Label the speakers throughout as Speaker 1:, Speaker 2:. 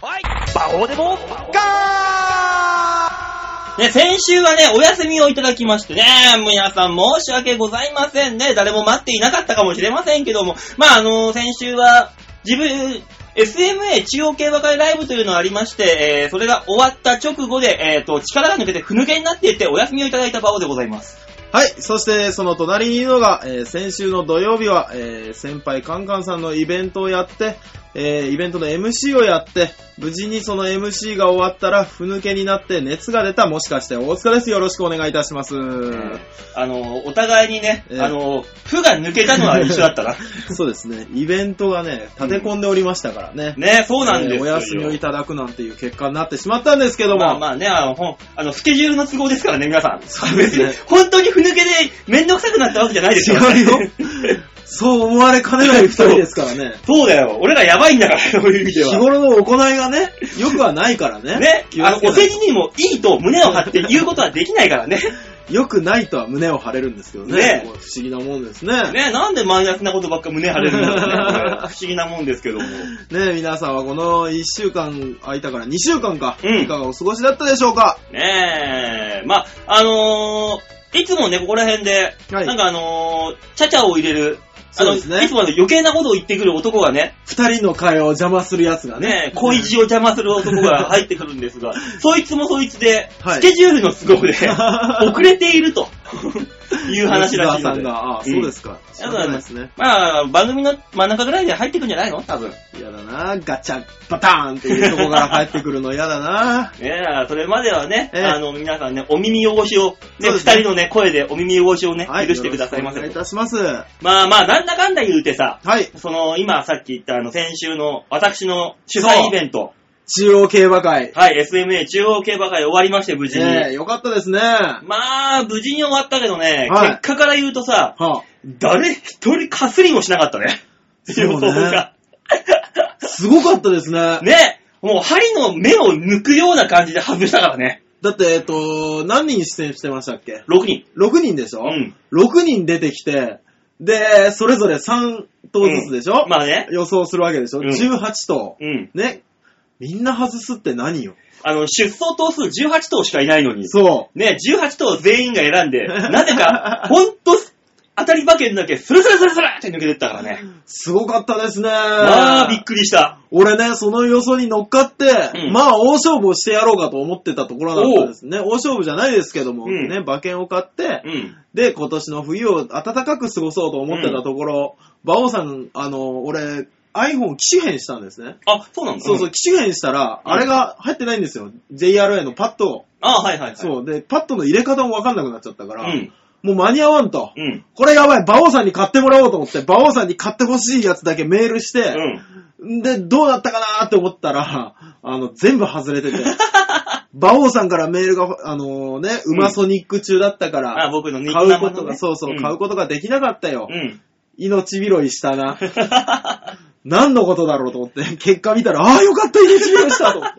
Speaker 1: そうでも、ガー
Speaker 2: ね、先週はね、お休みをいただきましてね、皆さん申し訳ございませんね。誰も待っていなかったかもしれませんけども、まあ、あの先週は、自分、SMA 中央競馬会ライブというのがありまして、えー、それが終わった直後で、えっ、と、力が抜けてふぬけになっていってお休みをいただいた場でございます。
Speaker 3: はい。そして、その隣にいるのが、えー先週の土曜日は、えー先輩カンカンさんのイベントをやって、えーイベントの MC をやって、無事にその MC が終わったら、ふぬけになって熱が出た、もしかして大塚です。よろしくお願いいたします。
Speaker 2: あの、お互いにね、
Speaker 3: ええ
Speaker 2: あの、負が抜けたのは一緒だった な。
Speaker 3: そうですね。イベントがね、立て込んでおりましたからね。
Speaker 2: ね、そうなんです
Speaker 3: えー
Speaker 2: よ。
Speaker 3: お休みをいただくなんていう結果になってしまったんですけども。
Speaker 2: まあまあね、あの、ほんあのスケジュールの都合ですからね、皆さん。
Speaker 3: そうですね
Speaker 2: 別に本当にふぬけでめんどくさくなったわけじゃないですよ、ね。
Speaker 3: 違うよ。そう思われかねない二人ですからね。
Speaker 2: そうだよ。俺らやばいんだから、 そう いう意味で
Speaker 3: 日
Speaker 2: は。
Speaker 3: 頃の行いがね、良くはないからね。
Speaker 2: ね、
Speaker 3: 気を
Speaker 2: あ
Speaker 3: つけ
Speaker 2: の、お
Speaker 3: ない
Speaker 2: 世辞にもいいと胸を張って 言うことはできないからね。
Speaker 3: 良くないとは胸を張れるんですけどね。
Speaker 2: ね
Speaker 3: 不思議なもんですね。ね
Speaker 2: ね、なんでマイナスなことばっか胸張れるんだ ろうね。不思議なもんですけども。
Speaker 3: 皆さんはこの1週間空いたから2週間か、
Speaker 2: うん
Speaker 3: いかがお過ごしだったでしょうか
Speaker 2: ねえ、まあ、あのー、いつもね、ここら辺で、
Speaker 3: はい
Speaker 2: なんかあのー、ちゃちゃを入れる、あ
Speaker 3: そ
Speaker 2: の、
Speaker 3: うですね
Speaker 2: いつもあの余計なことを言ってくる男がね、
Speaker 3: 二人の会話を邪魔する奴がね。
Speaker 2: ね、恋路を邪魔する男が入ってくるんです が、そいつもそいつで、
Speaker 3: はい
Speaker 2: スケジュールの都 合で、遅れているという話らし
Speaker 3: 吉
Speaker 2: いの
Speaker 3: 沢さ
Speaker 2: で
Speaker 3: ん。が、ああ、そうですか。仕
Speaker 2: うん
Speaker 3: 方ないですね。
Speaker 2: まあ、番組の真ん中ぐらいで入ってくんじゃないの多分。ね
Speaker 3: 嫌だなガチャ、バターンっていうとこから帰ってくるの嫌だな
Speaker 2: え、それまではね、
Speaker 3: ええ
Speaker 2: あの、皆さんね、お耳汚しを、ね、
Speaker 3: そ
Speaker 2: 二
Speaker 3: うですね
Speaker 2: 人のね、声でお耳汚しをね、
Speaker 3: はい。
Speaker 2: 許してくださいませ
Speaker 3: よろしくお願いい。たします。は
Speaker 2: まあまあ、なんだかんだ言うてさ、
Speaker 3: い。
Speaker 2: その、今さっき言ったあの、先週の私の主催イベント、
Speaker 3: 中央競馬会。
Speaker 2: はい、SMA 中央競馬会終わりまして、無事に。
Speaker 3: ええよかったですね。は
Speaker 2: まあ、無事に終わったけどね、
Speaker 3: はい
Speaker 2: 結果から言うとさ、
Speaker 3: あ、
Speaker 2: 誰一人かすりもしなかったね。
Speaker 3: そうね
Speaker 2: 予想が。
Speaker 3: すごかったですね。
Speaker 2: ね、もう針の目を抜くような感じで外したからね。
Speaker 3: だって、えっと、何人出演してましたっけ
Speaker 2: 6人。
Speaker 3: 6人でしょ、
Speaker 2: うん
Speaker 3: 6人出てきて、で、それぞれ3頭ずつでしょ、
Speaker 2: うんまあね。
Speaker 3: 予想するわけでしょ、
Speaker 2: うん
Speaker 3: ?18 頭、
Speaker 2: うん。
Speaker 3: ね。みんな外すって何よ
Speaker 2: あの、出走頭数18頭しかいないのに。
Speaker 3: そ
Speaker 2: ね、18頭全員が選ん で、なぜか、ほんと、当たり馬券だけスルスルスルスルって抜けてったからね
Speaker 3: う。。すごかったですね。
Speaker 2: まあ、びっくりした。
Speaker 3: 俺ね、その予想に乗っかって、
Speaker 2: うん
Speaker 3: まあ、大勝負をしてやろうかと思ってたところだったんですね。大勝負じゃないですけども、
Speaker 2: うん
Speaker 3: ね、馬券を買って、
Speaker 2: うん。
Speaker 3: で、今年の冬を暖かく過ごそうと思ってたところ、馬王さん、あの、俺、iPhone 機種変したんですね。
Speaker 2: あ、そうなんだ。
Speaker 3: そうそう、
Speaker 2: ん。
Speaker 3: 機種変したら、
Speaker 2: うん
Speaker 3: あれが入ってないんですよ。JRA のパッド。
Speaker 2: あ、はいはいはい。う。
Speaker 3: そう。で、パッドの入れ方もわかんなくなっちゃったから、
Speaker 2: うん。
Speaker 3: もう間に合わんと。
Speaker 2: うん。
Speaker 3: これやばい、馬王さんに買ってもらおうと思って、馬王さんに買ってほしいやつだけメールし
Speaker 2: う
Speaker 3: て、
Speaker 2: ん。
Speaker 3: で、どうだったかなーって思ったら、 あの、全部外れてて。馬王さんからメールが、あのね、
Speaker 2: うん
Speaker 3: 馬ソニック中だったから、
Speaker 2: あ、僕のニッ
Speaker 3: 買
Speaker 2: ク
Speaker 3: う
Speaker 2: 生
Speaker 3: こ
Speaker 2: のね
Speaker 3: とが、そうそう、
Speaker 2: ん
Speaker 3: 買うことができなかったよ。
Speaker 2: うん。
Speaker 3: 命拾いしたな。 何のことだろうと思って、結果見たら、ああ、よかった、命拾いし たと思って。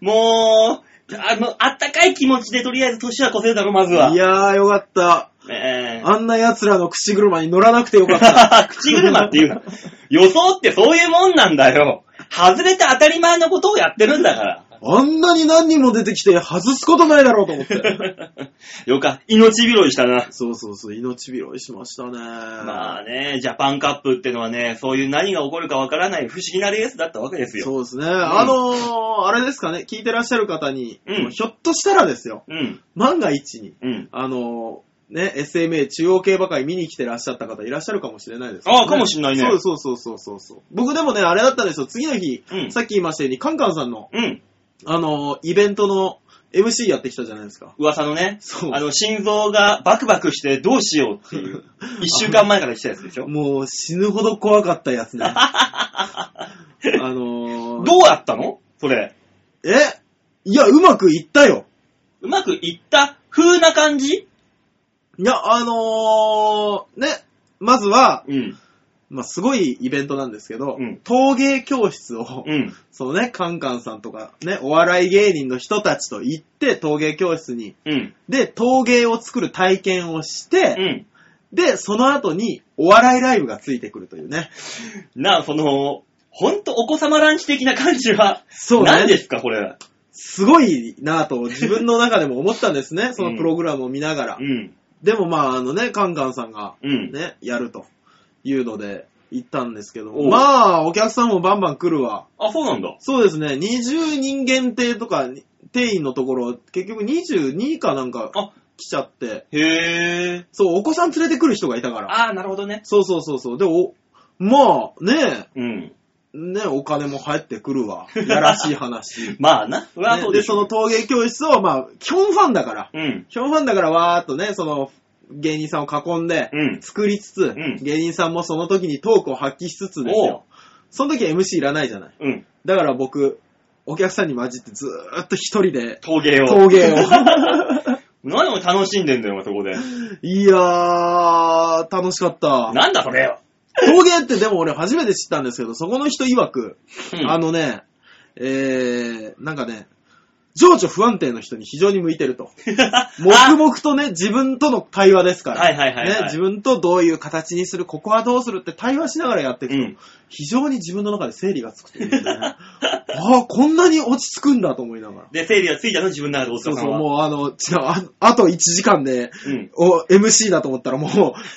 Speaker 2: もう、あの、あったかい気持ちでとりあえず年は越せるだろ、まずは。
Speaker 3: いやー、よかった。
Speaker 2: ねえ
Speaker 3: あんな奴らの口車に乗らなくてよかった。
Speaker 2: 口車っていうな。予想ってそういうもんなんだよ。外れて当たり前のことをやってるんだから。
Speaker 3: あんなに何人も出てきて外すことないだろうと思って。
Speaker 2: よか、命拾いしたな。
Speaker 3: そうそうそう、命拾いしましたね。
Speaker 2: まあね、ジャパンカップってのはね、そういう何が起こるかわからない不思議なレースだったわけですよ。
Speaker 3: そうですね。あのー、あれですかね、聞いてらっしゃる方に、
Speaker 2: うん
Speaker 3: ひょっとしたらですよ、
Speaker 2: うん、
Speaker 3: 万が一に、
Speaker 2: うん。
Speaker 3: あのー、ね、SMA 中央競馬会見に来てらっしゃった方いらっしゃるかもしれないですよ、
Speaker 2: ああかもしんないね
Speaker 3: そうそうそうそうそうそう。僕でもね、あれだったんですよ。次の日、
Speaker 2: うん
Speaker 3: さっき言いましたように、カンカンさんの、
Speaker 2: うん。
Speaker 3: あのー、イベントの MC やってきたじゃないですか。
Speaker 2: 噂のね、
Speaker 3: そう
Speaker 2: あの、心臓がバクバクしてどうしようって いう、一週間前から来たやつでしょ。
Speaker 3: もう死ぬほど怖かった やつね。あのー、
Speaker 2: どうやったのそれ。
Speaker 3: えいや、うまくいったよ。
Speaker 2: うまくいった風な感じ
Speaker 3: いや、あのー、ね、まずは、
Speaker 2: うん。
Speaker 3: まあ、すごいイベントなんですけど、
Speaker 2: うん
Speaker 3: 陶芸教室を、
Speaker 2: うん。
Speaker 3: そのね、カンカンさんとか、ね、お笑い芸人の人たちと行って、陶芸教室に。
Speaker 2: うん。
Speaker 3: で、陶芸を作る体験をして、
Speaker 2: うん。
Speaker 3: で、その後に、お笑いライブがついてくるというね。
Speaker 2: なあ、その、ほんとお子様ランチ的な感じは、
Speaker 3: そう
Speaker 2: 何で
Speaker 3: ね。
Speaker 2: すか、これ。
Speaker 3: すごいなぁと自分の中でも思った んですね。そのプログラムを見ながら
Speaker 2: う。ん。
Speaker 3: でもまあ、あのね、カンカンさんが
Speaker 2: うん。
Speaker 3: ね、やるというので行ったんですけど
Speaker 2: おう
Speaker 3: まあ、お客さんもバンバン来るわ。
Speaker 2: あ、そうなんだ。
Speaker 3: そうですね、20人限定とか、定員のところ、結局22かなんか
Speaker 2: あ
Speaker 3: 来ちゃって、
Speaker 2: へー。
Speaker 3: そう、お子さん連れてくる人がいたから。
Speaker 2: あー、なるほどね。
Speaker 3: そうそうそうそう。で、お、まあ、ね
Speaker 2: うん。
Speaker 3: え、ねえ、お金も入ってくるわ。やらしい 話。
Speaker 2: まあな。それは
Speaker 3: ね
Speaker 2: そう
Speaker 3: で、
Speaker 2: でし
Speaker 3: そ
Speaker 2: ょ。
Speaker 3: の陶芸教室を、まあ、基本ファンだから。
Speaker 2: うん。
Speaker 3: 基本ファンだから、わーっとね、その、芸人さんを囲んで、
Speaker 2: うん。
Speaker 3: 作りつ
Speaker 2: う
Speaker 3: つ、
Speaker 2: ん
Speaker 3: 芸人さんもその時にトークを発揮しつつですよ。その時は MC いらないじゃない。
Speaker 2: うん。
Speaker 3: だから僕、お客さんに混じってずーっと一人で
Speaker 2: 陶芸を。
Speaker 3: 陶芸を。
Speaker 2: 何を楽しんでんだよ、お前そこで。
Speaker 3: いやー、楽しかった。
Speaker 2: なんだそれよ。
Speaker 3: 陶芸ってでも俺初めて知ったんですけど、そこの人曰く、
Speaker 2: うん
Speaker 3: あのね、えー、なんかね、情緒不安定の人に非常に向いてると。黙々とね、自分との対話ですから。
Speaker 2: はいはいはいはい
Speaker 3: ね、自分とどういう形にする、ここはどうするって対話しながらやっていくと、
Speaker 2: うん
Speaker 3: 非常に自分の中で整理がつくというね。 ああ、こんなに落ち着くんだと思いながら。
Speaker 2: で、整理がついたの、自分の中で、大
Speaker 3: そ
Speaker 2: 塚
Speaker 3: う
Speaker 2: さ
Speaker 3: そ
Speaker 2: ん
Speaker 3: う、
Speaker 2: は。
Speaker 3: もうあの、違う、ああと1時間で、
Speaker 2: うん
Speaker 3: お MC だと思ったらもう、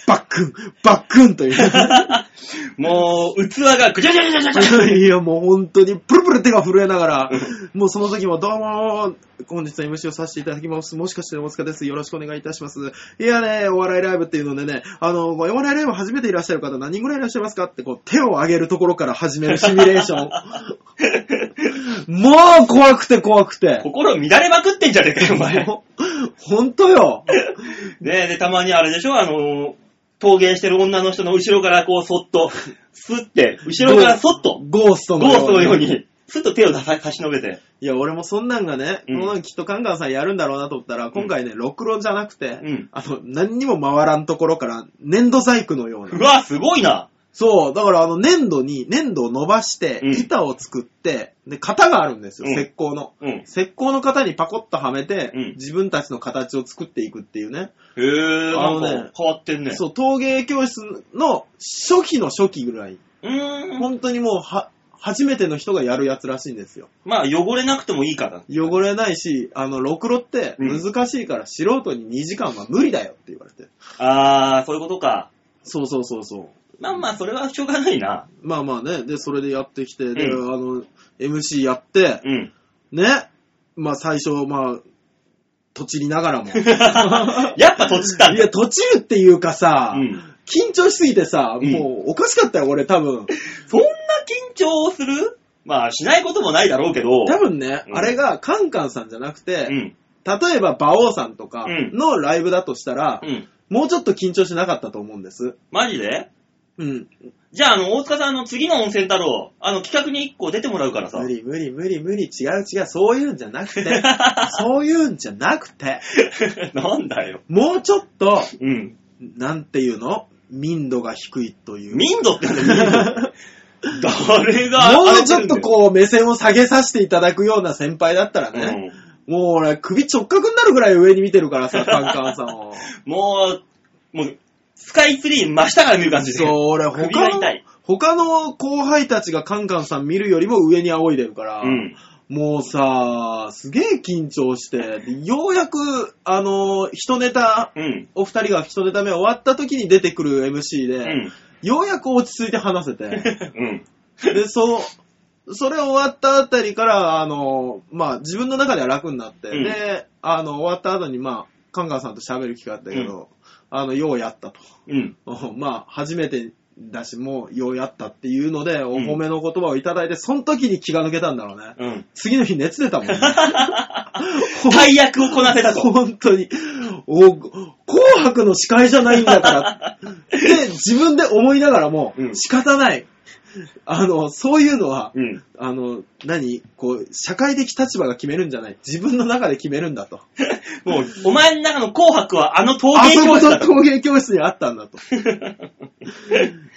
Speaker 3: バックン、バックンという。
Speaker 2: もう、器がぐちゃぐちゃぐちゃぐちゃぐちゃ。
Speaker 3: いや、もう本当に、プルプル手が震えながら、もうその時も、どうも、本日は MC をさせていただきます。もしかして大塚です。よろしくお願いいたします。いやね、お笑いライブっていうのでね、あの、お笑いライブ初めていらっしゃる方何人ぐらいいらっしゃいますかって、こう、手を上げるところから始めるシミュレー ション。もう怖くて怖くて。
Speaker 2: 心乱れまくってんじゃねえかよ、お前。
Speaker 3: ほ本当よ。
Speaker 2: ねえ、で、たまにあれでしょ、あの、陶芸してる女の人の後ろからこう、そっと、スッて、後ろからそっと、
Speaker 3: ゴーストの
Speaker 2: ゴーストの
Speaker 3: よ
Speaker 2: よ
Speaker 3: う
Speaker 2: う
Speaker 3: に。
Speaker 2: に、スッと手を出さ差し伸べて。
Speaker 3: いや、俺もそんなんがね、
Speaker 2: うん
Speaker 3: このきっとカンカンさんやるんだろうなと思ったら、今回ね、ろくろじゃなくて、
Speaker 2: うん
Speaker 3: あの、何にも回らんところから、粘土細工のよう
Speaker 2: う
Speaker 3: な。
Speaker 2: わ、すごいな。
Speaker 3: そう、だからあの、粘土に、粘土を伸ばして、
Speaker 2: うん
Speaker 3: 板を作って、で、型があるんですよ、
Speaker 2: うん
Speaker 3: 石膏の。
Speaker 2: うん。
Speaker 3: 石膏の型にパコッとはめて、
Speaker 2: うん
Speaker 3: 自分たちの形を作っていくっていうね。
Speaker 2: へえ、な
Speaker 3: あの
Speaker 2: ん
Speaker 3: ね
Speaker 2: か変わってんね。
Speaker 3: そう、陶芸教室の初期の初期ぐらい。
Speaker 2: うーん。
Speaker 3: 本当にもう、は、初めての人がやるやつらしいんですよ。
Speaker 2: まあ、汚れなくてもいいから。
Speaker 3: 汚れないし、あの、ろくろって
Speaker 2: うん
Speaker 3: 難しいから素人に2時間は無理だよって言われて。
Speaker 2: あー、そういうことか。
Speaker 3: そうそうそうそう。
Speaker 2: まあまあ、それはしょうがないな。
Speaker 3: まあまあね、で、それでやってきて、で、
Speaker 2: う
Speaker 3: あの、MC やって、
Speaker 2: うん。
Speaker 3: ね、まあ最初、まあ、とちりながらも。
Speaker 2: やっぱ とちったん
Speaker 3: い
Speaker 2: だ。
Speaker 3: や、とちるっていうかさ、
Speaker 2: うん。
Speaker 3: 緊張しすぎてさ、
Speaker 2: うん
Speaker 3: もうおかしかったよ、俺多分。
Speaker 2: そんな緊張するまあ、しないこともないだろうけど。
Speaker 3: 多分ね、
Speaker 2: うん
Speaker 3: あれがカンカンさんじゃなくて、
Speaker 2: うん。
Speaker 3: 例えば馬王さんとか
Speaker 2: うん
Speaker 3: のライブだとしたら、
Speaker 2: うん。
Speaker 3: もうちょっと緊張しなかったと思うんです。
Speaker 2: マジで
Speaker 3: うん。
Speaker 2: じゃあ、あの、大塚さん、あの、次の温泉太郎、あの、企画に一個出てもらうからさ。
Speaker 3: 無理無理無理無理違う違うそういうんじゃなくてそういうんじゃなくて
Speaker 2: なんだよ。
Speaker 3: もうちょっと
Speaker 2: うん。
Speaker 3: なんていうの民度が低いという
Speaker 2: 民度ってなんだよ、民度。誰が、
Speaker 3: もうちょっとこう目線を下げさせていただくような先輩だったら
Speaker 2: う
Speaker 3: ね、
Speaker 2: ん。
Speaker 3: もう俺首直角になるぐらい上に見てるから さカンカンさんを
Speaker 2: もう、もう、スカイツリー真下から見る感じで。
Speaker 3: そう俺
Speaker 2: 首が
Speaker 3: 他
Speaker 2: 痛
Speaker 3: の
Speaker 2: い
Speaker 3: 他の後輩たちがカンカンさん見るよりも上に仰いでるから、
Speaker 2: うん。
Speaker 3: もうさ、すげえ緊張して、でようやく、あの、一ネタ
Speaker 2: うん。
Speaker 3: お二人が一ネタ目終わった時に出てくる MC で、
Speaker 2: うん。
Speaker 3: ようやく落ち着いて話 せて、
Speaker 2: うん。
Speaker 3: で、そう、それ終わったあたりから、あの、まあ、自分の中では楽になって、
Speaker 2: うん
Speaker 3: で、あの、終わった後に、まあ、カンカンさんと喋る機会あったけど、あの、ようやったと。
Speaker 2: うん。
Speaker 3: まあ、初めてだし、もう、ようやったっていうので、お褒めの言葉をいただいて、その時に気が抜けたんだろうね。
Speaker 2: うん。
Speaker 3: 次の日熱出たもんね。
Speaker 2: 大役をこなせたと。
Speaker 3: 本当に。お、紅白の司会じゃないん だから。で、自分で思いながらも
Speaker 2: う、ん
Speaker 3: 仕方ない。あの、そういうのは、
Speaker 2: うん。
Speaker 3: あの、何こう、社会的立場が決めるんじゃない。自分の中で決めるんだと。
Speaker 2: もう、お前の中の紅白はあの陶
Speaker 3: あ
Speaker 2: 芸
Speaker 3: そ
Speaker 2: 教
Speaker 3: こ
Speaker 2: 室だ
Speaker 3: の
Speaker 2: と。
Speaker 3: 陶芸教室にあった んだと。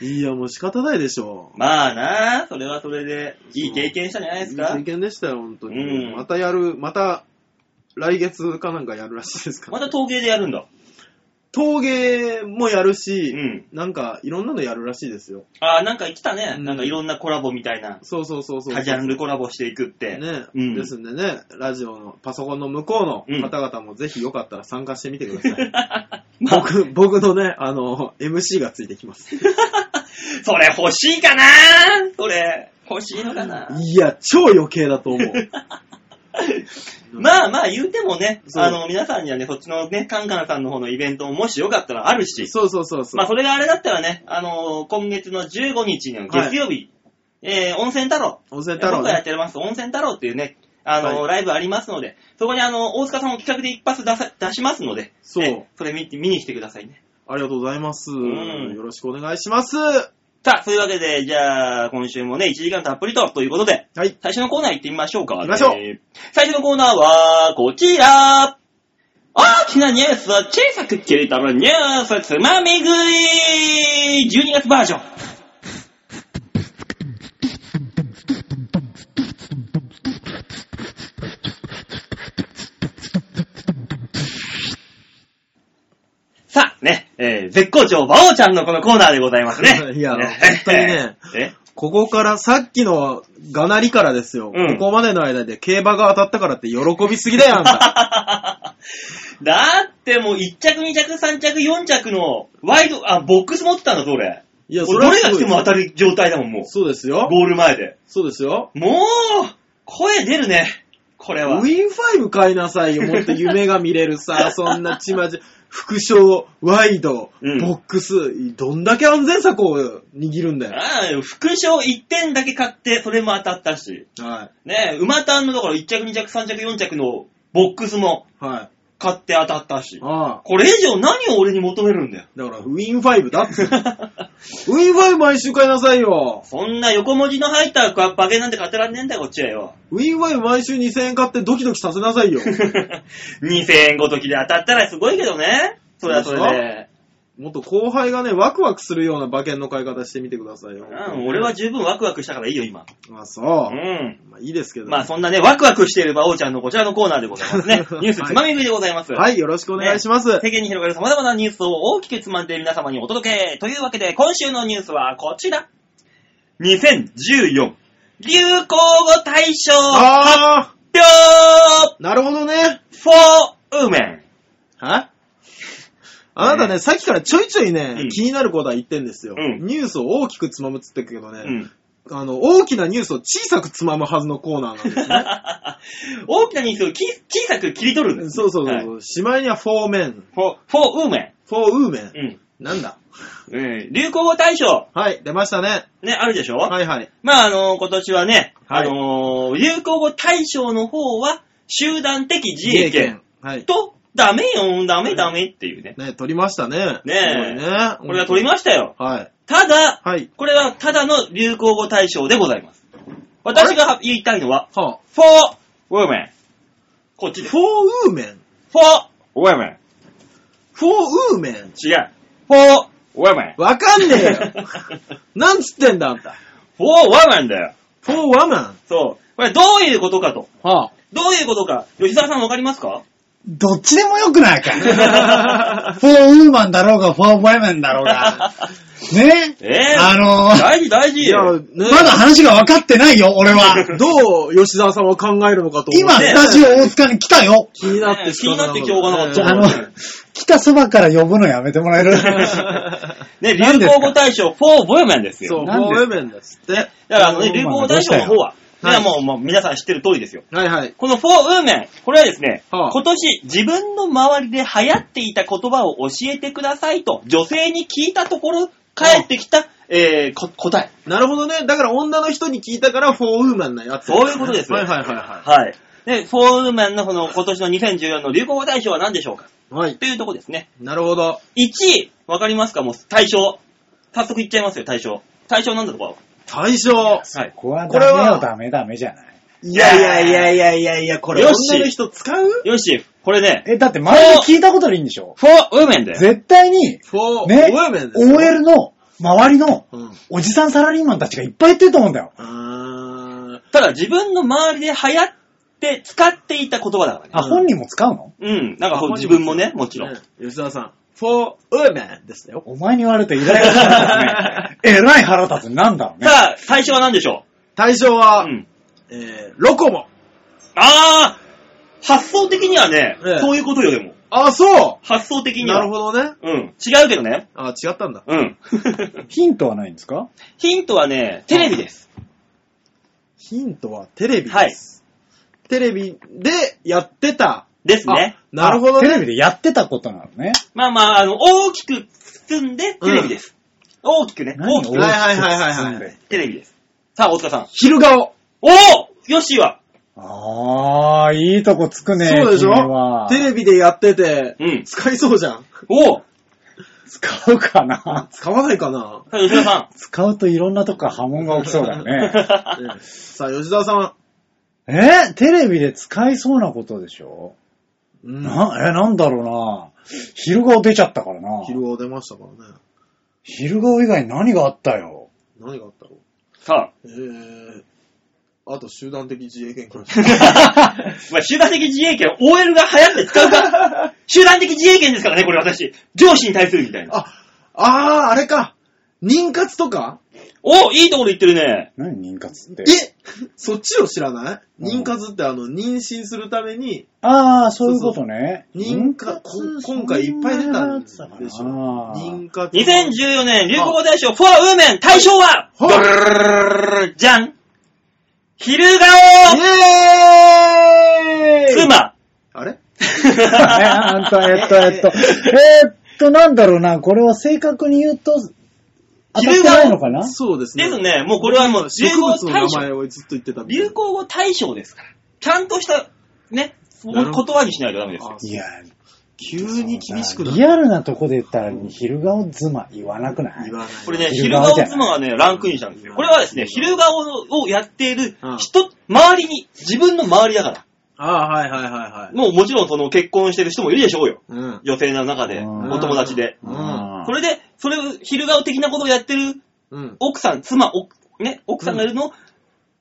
Speaker 3: いや、もう仕方ないでしょう。
Speaker 2: まあなそれはそれで、いい経験したんじゃないですか。
Speaker 3: いい経験でしたよ、本当に。
Speaker 2: うん
Speaker 3: またやる、また、来月かなんかやるらしいですから。
Speaker 2: また陶芸でやるんだ。
Speaker 3: 陶芸もやるし、
Speaker 2: うん
Speaker 3: なんかいろんなのやるらしいですよ。
Speaker 2: ああ、なんか言ってたね。
Speaker 3: うん
Speaker 2: なんかいろんなコラボみたいな。
Speaker 3: そうそうそうそう。
Speaker 2: 多ジャンルコラボしていくって。
Speaker 3: ね、
Speaker 2: うん
Speaker 3: ですんでね、ラジオのパソコンの向こうの方々もぜひよかったら参加してみてください。
Speaker 2: まあ、
Speaker 3: 僕、僕のね、あの、MC がついてきます。
Speaker 2: それ欲しいかなそれ、欲しいのかない
Speaker 3: や、超余計だ と思う。
Speaker 2: まあまあ言うてもね、
Speaker 3: そう
Speaker 2: あの、皆さんにはね、そっちのね、カンカンさんの方のイベントももしよかったらあるし、
Speaker 3: そうそうそうそう。
Speaker 2: まあそれがあれだったらね、あのー今月の15日の月曜日、えー、温泉太郎。
Speaker 3: 温泉太郎
Speaker 2: 僕がやっ
Speaker 3: ね。
Speaker 2: てます、温泉太郎っていうね、あのー
Speaker 3: は
Speaker 2: ライブありますので、そこにあの、大塚さんを企画で一発出さ出しますので、
Speaker 3: そう
Speaker 2: ねそれ見て見に来てくださいね。
Speaker 3: ありがとうございます。
Speaker 2: ん
Speaker 3: よろしくお願いします。
Speaker 2: さあ、そういうわけで、じゃあ、今週もね、1時間たっぷりと、ということで、
Speaker 3: はい。
Speaker 2: 最初のコーナー行ってみましょうか。
Speaker 3: 行きましょう
Speaker 2: えー最初のコーナーは、こちら大きなニュースを小さく切り取るニュースつまみ食い !12 月バージョンさあ、ね、えー絶好調、馬王ちゃんのこのコーナーでございますね。
Speaker 3: いや
Speaker 2: ね
Speaker 3: 本当にね。
Speaker 2: え
Speaker 3: ここから、さっきのがなりからですよ。
Speaker 2: うん
Speaker 3: ここまでの間で競馬が当たったからって喜びすぎだよ、あ んた。
Speaker 2: だってもう1着、2着、3着、4着のワイド、あ、ボックス持ってたんだぞ、俺。
Speaker 3: いや、
Speaker 2: 俺ど
Speaker 3: は
Speaker 2: れ
Speaker 3: す
Speaker 2: が
Speaker 3: ご
Speaker 2: 来
Speaker 3: い
Speaker 2: ても当たる状態だもん、もう。
Speaker 3: そうですよ。
Speaker 2: ゴール前で。
Speaker 3: そうですよ。
Speaker 2: もう、声出るね、これ
Speaker 3: ウ
Speaker 2: は。
Speaker 3: ィンファイブ買いなさいよ。もっと夢が見れ るさ、そんなちまじ、副賞、ワイド、
Speaker 2: うん
Speaker 3: ボックス、どんだけ安全策を握るんだよ。
Speaker 2: ああ、副賞1点だけ買って、それも当たったし。
Speaker 3: は
Speaker 2: ねえ、馬単のだから1着、2着、3着、4着のボックスも
Speaker 3: い。はい。
Speaker 2: 買って当たったし。
Speaker 3: ああ。
Speaker 2: これ以上何を俺に求めるんだよ。
Speaker 3: だから、ウィンファイブだって。ウィンファイブ毎週買いなさいよ。
Speaker 2: そんな横文字の入った馬券なんて買ってらんねえんだよ、こっちはよ。
Speaker 3: ウィンファイブ毎週2000円買ってドキドキさせなさいよ。
Speaker 2: 2000円ごときで当たったらすごいけどね。それはそれで。
Speaker 3: もっと後輩がね、ワクワクするような馬券の買い方してみてくださいよ。
Speaker 2: うん、俺は十分ワクワクしたからいいよ、今。
Speaker 3: まあそうう。
Speaker 2: ん。
Speaker 3: まあいいですけど、
Speaker 2: まあそんなね、ワクワクしている馬王ちゃんのこちらのコーナーでございますね。ニュースつまみ食いでございます。。
Speaker 3: はいい、よろしくお願いします。
Speaker 2: 世間に広がる様々なニュースを大きくつまんで皆様にお届け。というわけで、今週のニュースはこちら。2014流行語大賞発
Speaker 3: ああ
Speaker 2: 表
Speaker 3: ー、なるほどね。
Speaker 2: for women。
Speaker 3: はあなたね、さっきからちょいちょいね、
Speaker 2: うん
Speaker 3: 気になることは言ってんですよ。
Speaker 2: うん
Speaker 3: ニュースを大きくつまむっつってるけどね、
Speaker 2: うん。
Speaker 3: あの、大きなニュースを小さくつまむはずのコーナーなんですね。
Speaker 2: 大きなニュースをき小さく切り取るんです。
Speaker 3: そうそうそうそう、
Speaker 2: はい
Speaker 3: しまいにはフォーメン、
Speaker 2: for, for women。
Speaker 3: フォーウーメン。
Speaker 2: うん。
Speaker 3: なんだ
Speaker 2: うん流行語大賞、
Speaker 3: はい、出ましたね。
Speaker 2: ね、あるでしょ、
Speaker 3: はいはい。
Speaker 2: まあ、あの今年はね、
Speaker 3: はい
Speaker 2: あのー流行語大賞の方は、集団的自衛権
Speaker 3: はい。
Speaker 2: と、ダメよ、ダメダメっていうね。
Speaker 3: ね、取りましたね。
Speaker 2: ねえ
Speaker 3: すごいね。
Speaker 2: これは取りましたよ。
Speaker 3: はい。
Speaker 2: ただ、
Speaker 3: はい。
Speaker 2: これはただの流行語大賞でございます。私が言いたいのは、
Speaker 3: はあ、
Speaker 2: for women。こっちです。
Speaker 3: フォーウーメン。
Speaker 2: for women。
Speaker 3: フォーウーメン。
Speaker 2: 違う。for women。
Speaker 3: わかんねえ よ。なんつってんだあんた。
Speaker 2: for women だよ。
Speaker 3: フォーワマン。
Speaker 2: そう。これどういうことかと。
Speaker 3: はあ。
Speaker 2: どういうことか、吉沢さんわかります か
Speaker 1: どっちでもよくないか。フォーウーマンだろうが、フォーウェメンだろうが。ね
Speaker 2: ええ
Speaker 1: あのー
Speaker 2: 大事大事
Speaker 3: いや、ね、
Speaker 1: まだ話が分かってないよ、俺は。
Speaker 3: どう吉沢さんは考えるのかと思
Speaker 1: 今、
Speaker 3: って
Speaker 1: スタジオ大塚に来たよ。
Speaker 3: 気になって仕方
Speaker 2: 気になってしょうがなかった
Speaker 1: あの、来たそばから呼ぶのやめてもらえる
Speaker 2: ね、流
Speaker 1: 何です
Speaker 2: 行
Speaker 1: か
Speaker 2: 語大賞、フォー・ボヨメンです
Speaker 3: そ
Speaker 2: よ。
Speaker 3: う、フ
Speaker 1: なん
Speaker 3: ォ
Speaker 1: で
Speaker 3: ーウェメンですって。
Speaker 2: だからあのね、流行語大賞の方は、
Speaker 3: はい
Speaker 2: ねもう、もう皆さん知ってる通りですよ。
Speaker 3: はいはい。
Speaker 2: このフォーウーメン、これはですね、
Speaker 3: はあ
Speaker 2: 今年自分の周りで流行っていた言葉を教えてくださいと、女性に聞いたところ、返ってきた、えー、こ答え。
Speaker 3: なるほどね。だから女の人に聞いたから、フォーウーマンなやつ。
Speaker 2: そういうことです
Speaker 3: はいはいはいは
Speaker 2: はい。で、フォーウーメンのこの今年の2014の流行語大賞は何でしょうか
Speaker 3: い。はい。
Speaker 2: というとこですね。
Speaker 3: なるほど。
Speaker 2: 1位、わかりますかもう、対象。早速いっちゃいますよ、対象。対象なんだとか
Speaker 3: 対象。
Speaker 2: はい。
Speaker 1: ここは
Speaker 3: これ
Speaker 1: ダメ
Speaker 3: は
Speaker 1: よ、ダメダメじゃない。
Speaker 3: いやいやいやいやいやいや、これ
Speaker 2: よし
Speaker 3: 女の人使う
Speaker 2: よし、これね、
Speaker 1: え、だって前に聞いたことでいいんでしょ
Speaker 2: for women だよ。
Speaker 1: 絶対に、
Speaker 3: フォーウ
Speaker 1: ね
Speaker 3: ェメンですよ。
Speaker 1: OL の周りの
Speaker 3: うん。
Speaker 1: おじさんサラリーマンたちがいっぱい言ってると思うんだよ。
Speaker 3: あー
Speaker 2: ただ自分の周りで流行って使っていた言葉だからね。
Speaker 1: あ、本人も使うの
Speaker 2: うん。なんかほ自分もね、もちろん。
Speaker 3: ね吉沢さん、 for women ですよ。
Speaker 1: お前に言われてイライラした ね。えらい腹立つ。なんだろうね。
Speaker 2: さあ、最初は何でしょ
Speaker 3: 対象
Speaker 2: う
Speaker 3: は、
Speaker 2: うん。
Speaker 3: えー、ロコモ。
Speaker 2: あー発想的にはね、
Speaker 3: ええ
Speaker 2: そういうことよ、でも。
Speaker 3: あ、そ
Speaker 2: 発想的
Speaker 3: う
Speaker 2: に
Speaker 3: な
Speaker 2: は。
Speaker 3: るほどね。
Speaker 2: うん。違うけどね。
Speaker 3: あ、違ったんだ。
Speaker 2: うん。
Speaker 1: ヒントはないんですか
Speaker 2: ヒントはね、テレビです。
Speaker 3: ヒントはテレビです。
Speaker 2: はい
Speaker 3: テレビでやってた。
Speaker 2: ですね。
Speaker 3: あなるほど
Speaker 1: あテレ
Speaker 3: ね。
Speaker 1: ビでやってたことなのね。
Speaker 2: まあまあ、あの、大きく包んで、テレビです。大きくね。大
Speaker 1: 何
Speaker 2: きく
Speaker 1: を大きく
Speaker 3: はいはいはいはい
Speaker 1: 包んで
Speaker 2: テレビです。さあ、大塚さん。
Speaker 3: 昼顔。
Speaker 2: おおよしは。
Speaker 1: ああ、いいとこつくね。
Speaker 3: そうでし
Speaker 1: 君は
Speaker 3: ょテレビでやってて、
Speaker 2: うん
Speaker 3: 使いそうじゃん。
Speaker 2: おお
Speaker 1: 使うかな
Speaker 3: 使わないか
Speaker 2: さ
Speaker 3: な、
Speaker 2: あ、吉田さ
Speaker 1: 使うといろんなとこから波紋が起きそうだ よね。
Speaker 2: ん。
Speaker 3: ねさあ、吉沢さん。
Speaker 1: えテレビで使いそうなことでしょ
Speaker 3: うん
Speaker 1: な、え、なんだろうな。昼顔出ちゃったからな。
Speaker 3: 昼顔出ましたからね。
Speaker 1: 昼顔以外に何があったよ。
Speaker 3: 何があったろう
Speaker 2: さあ、
Speaker 3: えー、あと集団的自衛権くらい。
Speaker 2: お前集団的自衛権、OL が流行って使う か集団的自衛権ですからね、これ私。上司に対するみたいな。
Speaker 3: あ、あー、あれか。妊活とか
Speaker 2: おいいところ言ってるね。
Speaker 1: 何妊活って。
Speaker 3: えそっちを知らない
Speaker 1: うん
Speaker 3: 妊活ってあの、妊娠するために、
Speaker 1: ああ、そういうことね。
Speaker 3: 妊活、こ今回いっぱい出たんでしょ。
Speaker 1: そんな流行って
Speaker 3: 妊活。
Speaker 2: 2014年流行語大賞、フォアウーメン、大賞は、
Speaker 3: ほ
Speaker 2: じゃん昼顔
Speaker 3: イェーイ
Speaker 2: 妻
Speaker 3: あれ
Speaker 1: たかなねあんたえっと、えっと、えーっと、なんだろうな。これは正確に言うと、当たってないのかな
Speaker 3: そうですね。
Speaker 2: ですね、もうこれはもう、流
Speaker 3: 植
Speaker 2: 行語
Speaker 3: 物の
Speaker 2: 大
Speaker 3: 名
Speaker 2: 賞。
Speaker 3: 前をずっと言ってたみたいな。
Speaker 2: 流行語大賞ですから。ちゃんとした、ね、
Speaker 3: なるほど
Speaker 2: 断りしないとダメですよ。
Speaker 3: あ
Speaker 1: いや、
Speaker 3: 急に厳しくな
Speaker 1: リ
Speaker 3: る。
Speaker 1: アルなとこで言ったら、昼顔妻言わなくない
Speaker 3: 言わない。
Speaker 2: これね、昼
Speaker 1: 昼
Speaker 2: 顔
Speaker 1: 顔じゃない
Speaker 2: 妻がね、ランクインしたんですよ。これはですね、昼顔をやっている
Speaker 3: うん
Speaker 2: 人、周りに、自分の周りだから。
Speaker 3: ああ、はいはいはいはい。
Speaker 2: もうもちろんその結婚してる人もいるでしょうよ。
Speaker 3: うん。
Speaker 2: 女性の中で、
Speaker 1: うん
Speaker 2: お友達で。
Speaker 3: うん
Speaker 2: それで、それを、昼顔的なことをやってる
Speaker 3: うん。
Speaker 2: 奥さん、妻、奥ね、奥さんがいるのを、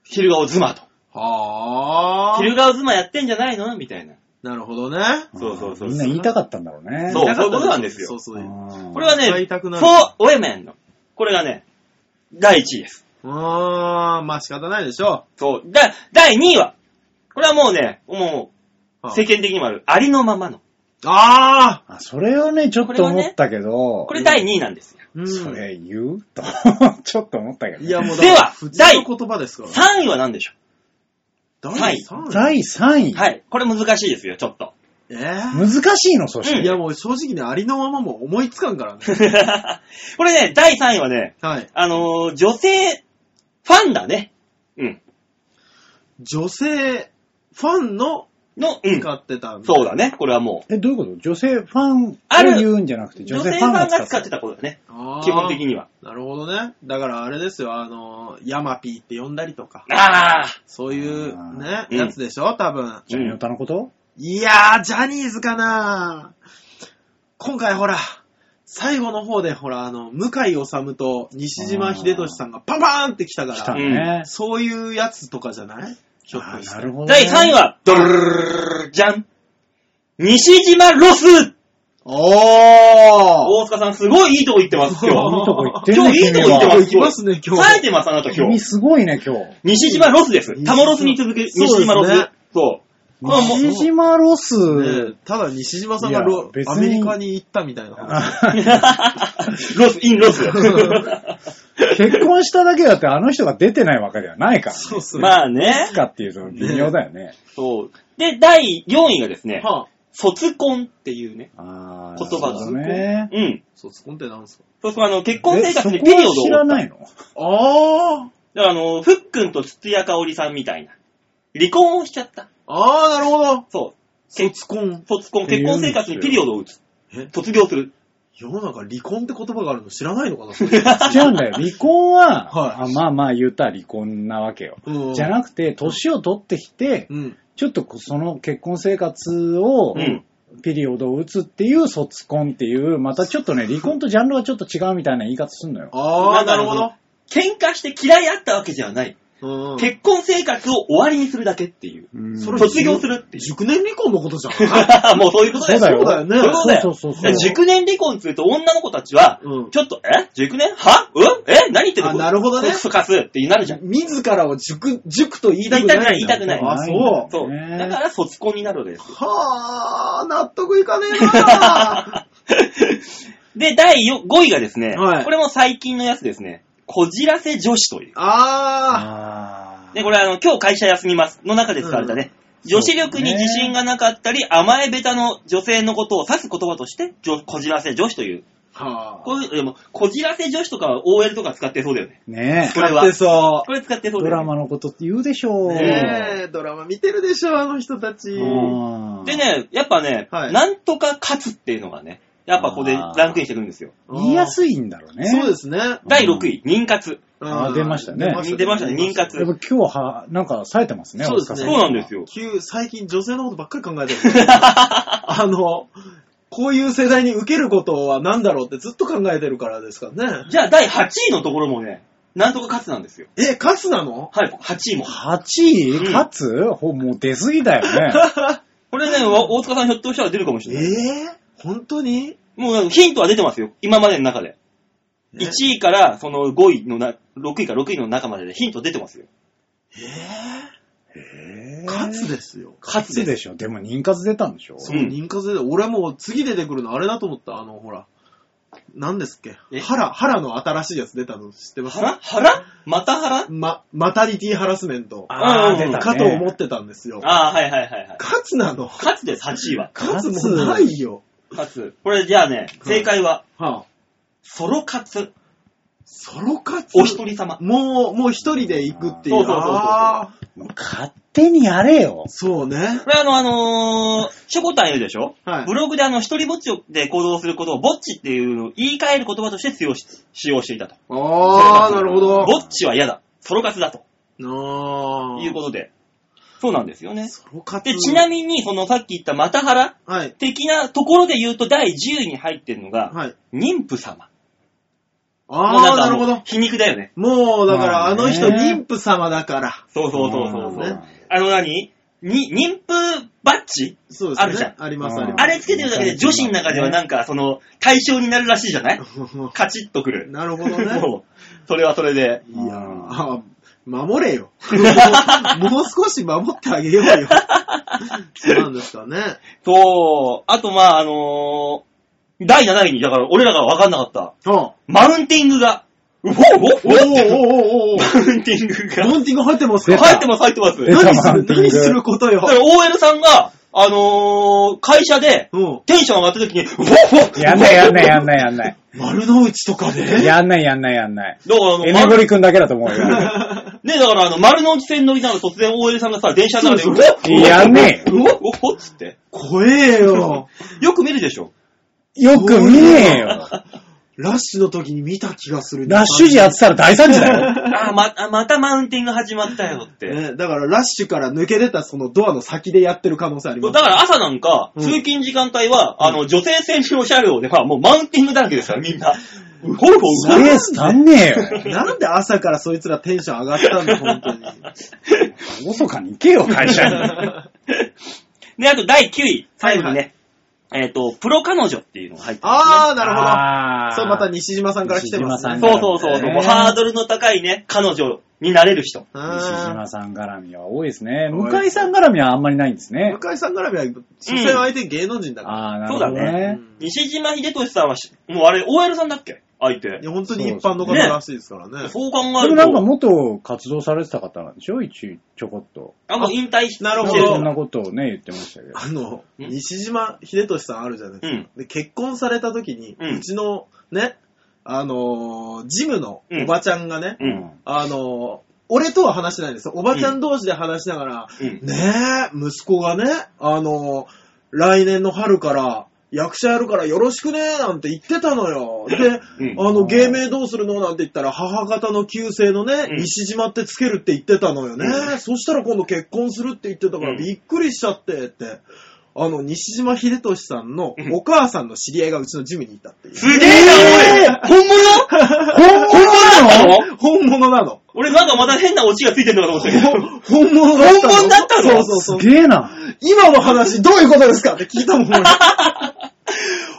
Speaker 2: 昼顔妻と。
Speaker 3: はあ。
Speaker 2: 昼顔妻やってんじゃないのみたいな。
Speaker 3: なるほどね。
Speaker 1: うん
Speaker 2: そうそうそう
Speaker 1: みんな言いたかったんだろうね。
Speaker 2: そうそういうことなんですよ
Speaker 3: そうそう。
Speaker 2: これはね、
Speaker 3: 使いた
Speaker 2: for
Speaker 3: くなる
Speaker 2: women の。これがね、第1位です。
Speaker 3: あー、まあ仕方ないでしょ
Speaker 2: そう。だ、第2位は、これはもうね、も
Speaker 3: う。
Speaker 2: う、世間的にもある、ありのままの。
Speaker 3: あ
Speaker 1: あそれをね、ちょっと思ったけど、
Speaker 2: これ第2位なんですよ。
Speaker 3: ー、うん
Speaker 1: それ言うと、ちょっと思ったけど、
Speaker 3: いやもうだ
Speaker 2: では
Speaker 3: 普通の言葉ですから。
Speaker 2: 3位は何でしょ
Speaker 3: 第三位
Speaker 1: 第3
Speaker 2: う
Speaker 1: 位、
Speaker 2: はい。これ難しいですよ、ちょっと。
Speaker 3: え
Speaker 1: 難しいの、そし
Speaker 2: う
Speaker 1: て。
Speaker 2: ん
Speaker 3: ー、いやもう正直ね、ありのままも思いつかんからね。
Speaker 2: これね、第3位はね、
Speaker 3: はい。
Speaker 2: あのー女性、ファンだね。うん。
Speaker 3: 女性、ファンの
Speaker 2: の、うん。
Speaker 3: 使ってた、
Speaker 2: そうだね、これはもう。
Speaker 1: え、どういうこと女性ファンを
Speaker 2: ある
Speaker 1: 言うんじゃなくて、
Speaker 2: 女
Speaker 1: 女
Speaker 2: 性
Speaker 1: 性
Speaker 2: フ
Speaker 1: フ
Speaker 2: ァ
Speaker 1: ァ
Speaker 2: ン
Speaker 1: ン
Speaker 2: が
Speaker 1: が
Speaker 2: 使
Speaker 1: 使
Speaker 2: っ
Speaker 1: ってて
Speaker 2: たことだね。
Speaker 3: あー
Speaker 2: 基本的には。
Speaker 3: なるほどね。だからあれですよ、あの、ヤマピーって呼んだりとか、
Speaker 2: ああ
Speaker 3: そういうね
Speaker 2: あ、ー
Speaker 3: やつでしょ、多分。
Speaker 1: ジャニオタのこと、
Speaker 3: いやー、ジャニーズかな今回ほら、最後の方でほら、あの、向井治と西島秀俊さんがパパーンって来た
Speaker 1: 来
Speaker 3: か
Speaker 1: た
Speaker 3: ら、
Speaker 1: ね。
Speaker 3: そういうやつとかじゃないひょっ
Speaker 1: あ
Speaker 3: とし
Speaker 1: ー
Speaker 3: て
Speaker 1: なるほど、
Speaker 2: 第3位。は、ドルルルルルルじゃん。西島ロス
Speaker 3: おー
Speaker 2: 大塚さん、すごいいいとこ行ってます、今
Speaker 1: いい
Speaker 2: 日。
Speaker 1: とこ行ってる
Speaker 2: 今
Speaker 1: ね
Speaker 2: 日いいとこ行ってます。
Speaker 1: 君は
Speaker 3: 行きますね、今日。
Speaker 2: 冴えてます、あなた今
Speaker 1: 君
Speaker 2: 日。
Speaker 1: すごいね、今日。
Speaker 2: 西島ロスです。
Speaker 3: 西島
Speaker 2: タモロスに続く西島ロ
Speaker 3: そうです
Speaker 2: ス
Speaker 3: ね。
Speaker 2: そう。これはもう
Speaker 1: 西島ロス、
Speaker 3: ねただ西島さんが
Speaker 1: い
Speaker 3: ロ
Speaker 1: や別に
Speaker 3: アメリカに行ったみたいな話。
Speaker 2: ロス、インロス。
Speaker 1: 結婚しただけだってあの人が出てないわけではないから、ね。
Speaker 3: そうっすね。
Speaker 2: まあね
Speaker 1: いつ。かっていうと微妙だよね。
Speaker 2: そう。で、第4位がですね、
Speaker 3: はあ、
Speaker 2: 卒婚っていうね。
Speaker 1: あー
Speaker 2: 言葉が
Speaker 1: なるほどね。
Speaker 2: うん。
Speaker 3: 卒婚ってなんですか
Speaker 2: そうそう、あの、結婚生活に
Speaker 1: えそ
Speaker 2: ピ
Speaker 1: こ
Speaker 2: リオ
Speaker 1: は
Speaker 2: ドを
Speaker 1: 知らな いの
Speaker 3: あー
Speaker 2: だからあの、ふっくんと土屋香織さんみたいな。離婚をしちゃった。
Speaker 3: あー、なるほど。
Speaker 2: そう。
Speaker 3: 卒婚。
Speaker 2: 卒婚、結婚生活にピリオドを打つ
Speaker 3: え。
Speaker 2: 卒業する。
Speaker 3: 世の中離婚って言葉があるの知らないのかな
Speaker 1: 違うんだよ。離婚は、
Speaker 3: は
Speaker 1: あまあまあ言うたら離婚なわけよ。
Speaker 3: うん
Speaker 1: じゃなくて、年を取ってきて、
Speaker 3: うん。
Speaker 1: ちょっとこその結婚生活を
Speaker 2: う、ん。
Speaker 1: ピリオドを打つっていう卒婚っていう、またちょっとね、離婚とジャンルがちょっと違うみたいな言い方すんのよ。
Speaker 3: あー、なるほど。
Speaker 2: 喧嘩して嫌いあったわけじゃない。
Speaker 3: うんうん
Speaker 2: 結婚生活を終わりにするだけっていう。
Speaker 1: うん
Speaker 3: それ
Speaker 2: 卒業するっていう。
Speaker 3: 熟年離婚のことじゃん。
Speaker 2: もうそういうことだよ。
Speaker 1: そうだよ
Speaker 2: そういうことだよ。
Speaker 1: そうそうそうそう
Speaker 2: 熟年離婚って言うと女の子たちは、
Speaker 3: うん
Speaker 2: ちょっと、え熟年はうんえ何言ってんの
Speaker 3: あなるほどね
Speaker 2: そかすってなるじゃん。
Speaker 3: 自らを塾、塾と言いた
Speaker 2: 言
Speaker 3: く
Speaker 2: いたくな、
Speaker 3: ないい
Speaker 2: 言い
Speaker 3: んだ。
Speaker 2: たくない。
Speaker 3: あ、そう。
Speaker 2: そう。
Speaker 1: ね
Speaker 2: だから卒婚になるのです。
Speaker 3: はあ、納得いかねえな
Speaker 2: で、第5位がですね、
Speaker 3: はい
Speaker 2: これも最近のやつですね、こじらせ女子という。
Speaker 3: あ
Speaker 1: あ
Speaker 2: で、これあの、今日会社休みますの中で使われたね、女子力に自信がなかったり、甘え下手の女性のことを指す言葉として、女こじらせ女子という。
Speaker 3: ー。はあ。
Speaker 2: こういう、でも、こじらせ女子とかは OL とか使ってそうだよね。
Speaker 1: ねえ。
Speaker 2: これは
Speaker 3: 使ってそ
Speaker 2: これ使ってそう
Speaker 1: ド
Speaker 2: だよ
Speaker 1: ラ
Speaker 2: ね。
Speaker 1: マのことって言うでしょう。
Speaker 3: う。ねえ、ドラマ見てるでしょ、あの人たち。
Speaker 1: うん
Speaker 2: でね、やっぱね、
Speaker 3: はい
Speaker 2: なんとか勝つっていうのがね、やっぱここでランクインしてくるんですよ。
Speaker 1: 言いやすいんだろうね。
Speaker 3: そうですね。
Speaker 2: 第6位、妊活。
Speaker 1: あー出ましたね
Speaker 2: 出ましたね、妊活
Speaker 1: で。も今日は、なんか冴えてますね、
Speaker 3: そうですね
Speaker 2: そ
Speaker 1: 大塚さ
Speaker 2: うんなんですよ。
Speaker 3: 急最近女性のことばっかり考えて る。あの、こういう世代に受けることは何だろうってずっと考えてるからですからね。
Speaker 2: じゃあ第8位のところもね、なんとか勝つなんですよ。
Speaker 3: え、カスなの
Speaker 2: はい、8位も。
Speaker 1: 8
Speaker 2: うん
Speaker 1: 位勝つほもう出過ぎだよね。
Speaker 2: これね、わ大塚さんひょっとしたら出るかもし
Speaker 3: え
Speaker 2: れない。
Speaker 3: ー、本当に
Speaker 2: もうなんかヒントは出てますよ。今までの中で。
Speaker 3: え
Speaker 2: 1位からその5位のな、6位から6位の中まででヒント出てますよ。
Speaker 1: えー
Speaker 3: カツですよ。
Speaker 2: 勝つ
Speaker 1: 勝
Speaker 2: で。
Speaker 1: つですしょ。でも妊活出たんでしょ
Speaker 3: そう、
Speaker 2: うん
Speaker 3: 妊活で、俺もう次出てくるのあれだと思った。あの、ほら、何ですっ
Speaker 2: え
Speaker 3: け腹、腹の新しいやつ出たの知ってます
Speaker 2: 腹腹また腹
Speaker 3: ま、マタニティハラスメント
Speaker 1: あ
Speaker 2: うん
Speaker 1: ー出たね。
Speaker 3: かと思ってたんですよ。
Speaker 2: ああ、はいはいはいはい。
Speaker 3: カツなの
Speaker 2: 勝つです、8位は。
Speaker 3: カツもうないよ。
Speaker 2: 勝つ。これじゃあね、正解は、
Speaker 3: はあ、
Speaker 2: ソロ勝つ。
Speaker 3: ソロカツ
Speaker 2: お一人様。
Speaker 3: もう、もう一人で行くっていう。
Speaker 2: そうそうそうそう
Speaker 3: あー
Speaker 1: もう勝手にやれよ。
Speaker 3: そうね
Speaker 2: こ。れあの、あのー、しょこたんいるでしょ
Speaker 3: はい
Speaker 2: ブログであの、一人ぼっちで行動することをぼっちっていうのを言い換える言葉として使用し使用していたと。
Speaker 3: ああ、なるほど。
Speaker 2: ぼっちは嫌だ。ソロ活だと
Speaker 3: ああ。
Speaker 2: いうことで。そうなんですよね。
Speaker 3: ソロ活
Speaker 2: で、ちなみに、そのさっき言ったまた腹
Speaker 3: はい。
Speaker 2: 的なところで言うと第10位に入ってるのが、
Speaker 3: はい。
Speaker 2: 妊婦様。もう
Speaker 3: ああ、
Speaker 2: んか
Speaker 3: なる
Speaker 2: も
Speaker 3: ほ
Speaker 2: う
Speaker 3: ど。
Speaker 2: 皮肉だよね。
Speaker 3: もう、だから、
Speaker 1: まあ
Speaker 3: あ
Speaker 1: ね
Speaker 3: の人、妊婦様だから。
Speaker 2: そうそうそうそうそう。
Speaker 1: まあ
Speaker 2: あ
Speaker 1: ね
Speaker 2: の何に、妊婦バッジ
Speaker 3: そうですね。
Speaker 2: あるじゃん
Speaker 3: あります、あり
Speaker 1: うん
Speaker 2: あ
Speaker 3: ます。
Speaker 2: れつけてるだけで女子の中ではなんか、その、対象になるらしいじゃないカチッとくる。
Speaker 3: なるほどね。
Speaker 2: そう。それはそれで。
Speaker 3: いやー
Speaker 1: うん
Speaker 3: あー守れよ。もう少し守ってあげようよ。そうなんですかね。
Speaker 2: そう。あと、まあ、あのー第7位に、だから俺らが分かんなかった。
Speaker 3: あ
Speaker 2: マウンティングが、うほうほう
Speaker 3: お
Speaker 2: ほ
Speaker 3: ーお
Speaker 2: って
Speaker 3: ーおー おー
Speaker 2: マウンティングが。
Speaker 3: モンティング入ってますか
Speaker 2: 入ってます、入ってます。
Speaker 1: 出
Speaker 2: だ
Speaker 1: た
Speaker 2: か
Speaker 3: 何す
Speaker 1: マウ
Speaker 3: る
Speaker 1: ンティング
Speaker 3: 何することよ。
Speaker 2: ら OL さんが、あのー会社で、
Speaker 3: うん。
Speaker 2: テンション上がった時に、うほうほう
Speaker 1: やんないやんないやんないやんない。
Speaker 3: 丸の内とかで
Speaker 1: やんないやんないやんない。
Speaker 2: だからあの、
Speaker 1: エメゴ
Speaker 2: 丸
Speaker 1: リ君だけだと思うよ。
Speaker 2: ね、だからあの、丸の内線乗りながら突然 OL さんがさ、電車の中で、うほうほう
Speaker 1: やんねえ
Speaker 2: うほうほうっつって。
Speaker 3: 怖えよ。
Speaker 2: よく見るでしょ。
Speaker 1: よく見ねえよ。
Speaker 3: ラッシュの時に見た気がする。
Speaker 1: ラッシュ時やってたら大惨事だよ。
Speaker 2: あー、ま、あまたマウンティング始まったよって。
Speaker 3: ね、だからラッシュから抜け出たそのドアの先でやってる可能性あり
Speaker 2: そ
Speaker 3: ま
Speaker 2: う
Speaker 3: す。
Speaker 2: だから朝なんか、
Speaker 3: うん
Speaker 2: 通勤時間帯は、あの、女性専用車両では、もうマウンティングだらけですから、みんな。うほうほう
Speaker 1: レース足んねえ
Speaker 3: なんで朝からそいつらテンション上がったんだ、本当に。
Speaker 1: よ。おそかに行けよ、会社に。
Speaker 2: で、あと第9位、最後に
Speaker 3: は
Speaker 2: ね、えっと、プロ彼女っていうのが入って
Speaker 3: あー、なるほど。
Speaker 1: あー
Speaker 3: それまた西島さんから来てますね。
Speaker 1: 西島
Speaker 2: そうそうそうそう、
Speaker 1: ね
Speaker 2: ハードルの高いね、彼女になれる人。
Speaker 1: 西
Speaker 3: あ
Speaker 1: 島さん絡みは多いですね。
Speaker 3: 多
Speaker 1: 向
Speaker 3: い
Speaker 1: 井さん絡みはあんまりないんです
Speaker 3: ー
Speaker 1: ね。
Speaker 3: 向井さん絡みは、所詮相手芸能人だか
Speaker 1: ああ、なるほど
Speaker 2: そうだ
Speaker 3: ら。
Speaker 1: ね。
Speaker 3: うん
Speaker 2: 西島秀俊さんはし、もうあれ、OL さんだっけ相手
Speaker 3: い。や、本当に一般の方らしいですからね。
Speaker 2: そう考え
Speaker 1: でも
Speaker 2: る
Speaker 1: なんか
Speaker 2: と、
Speaker 1: 元活動されてた方なんでしょ一、ちょこっと。
Speaker 2: あ、もう引退して
Speaker 3: なるほど
Speaker 1: そんなことをね、言ってましたけど。
Speaker 3: あの、
Speaker 2: うん
Speaker 3: 西島秀俊さんあるじゃないですか。で結婚された時に、
Speaker 2: うん
Speaker 3: うちのね、あのージムのおばちゃんがね、
Speaker 2: うん
Speaker 3: あのー俺とは話してないんですよ。おばちゃん同士で話しながら、
Speaker 2: うん
Speaker 3: ねえ、息子がね、あのー来年の春から、役者やるからよろしくねなんて言ってたのよ。で、
Speaker 2: うん
Speaker 3: あの、芸名どうするのなんて言ったら、母方の旧姓のね、
Speaker 2: うん
Speaker 3: 西島ってつけるって言ってたのよね。
Speaker 2: うん
Speaker 3: そしたら今度結婚するって言ってたか
Speaker 2: うん
Speaker 3: らびっくりしちゃってって。あの、西島秀俊さんのお母さんの知り合いがうちのジムにいたっていう。
Speaker 2: すげえな、おい本物
Speaker 1: 本物な
Speaker 2: の
Speaker 3: 本物なの。
Speaker 2: 俺なんかまた変なオチがついてるのかと思ったけど。
Speaker 3: 本物だったの。
Speaker 2: 本物だったの
Speaker 3: そうそう
Speaker 1: す
Speaker 3: そう。
Speaker 1: げえな。
Speaker 3: 今の話、どういうことですかって聞いたもん、俺。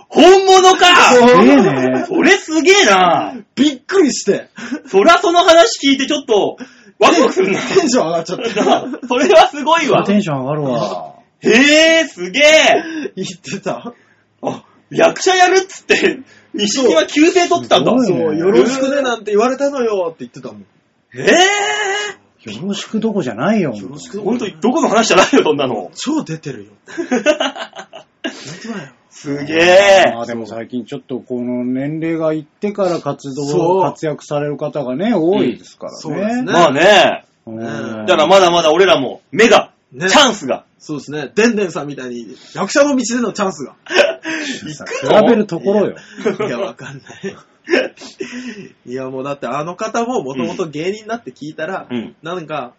Speaker 2: 本物か
Speaker 1: す
Speaker 3: そう
Speaker 1: げえね。
Speaker 2: それすげえな
Speaker 3: びっくりして。
Speaker 2: そりゃその話聞いてちょっと、ワクワクするな。
Speaker 3: テンション上がっちゃっ
Speaker 2: なあ
Speaker 3: た。
Speaker 2: それはすごいわ。
Speaker 1: テンション上がるわ。
Speaker 2: へえ、すげえ。
Speaker 3: 言ってた。
Speaker 2: あ、役者やるっつって、西島急性取ってたんだ。
Speaker 1: す
Speaker 3: そ
Speaker 1: ごいね
Speaker 3: う、よろしくねなんて言われたのよって言ってたもん。
Speaker 2: へえ。
Speaker 1: よろしくどこじゃないよ。
Speaker 3: よろしく
Speaker 2: ほんと、どこの話じゃないよ、そんなの。
Speaker 3: 超出てるよ。本当だよ。
Speaker 2: すげえ。
Speaker 1: まあでも最近ちょっとこの年齢がいってから活
Speaker 3: そ
Speaker 1: 動、
Speaker 3: う
Speaker 1: 活躍される方がね、多いですからね。
Speaker 3: そうですね
Speaker 2: まあね。
Speaker 1: うん。
Speaker 3: ね
Speaker 2: だからまだまだ俺らも、目が、チ
Speaker 3: ね
Speaker 2: ャンスが。
Speaker 3: そうですね。でんでんさんみたいに、役者の道でのチャンスが。
Speaker 1: さ
Speaker 2: の
Speaker 1: 比べるところよ。
Speaker 3: いや、わかんない。いや、もうだってあの方ももともと芸人だって聞いたら、
Speaker 2: うん。
Speaker 3: なんか、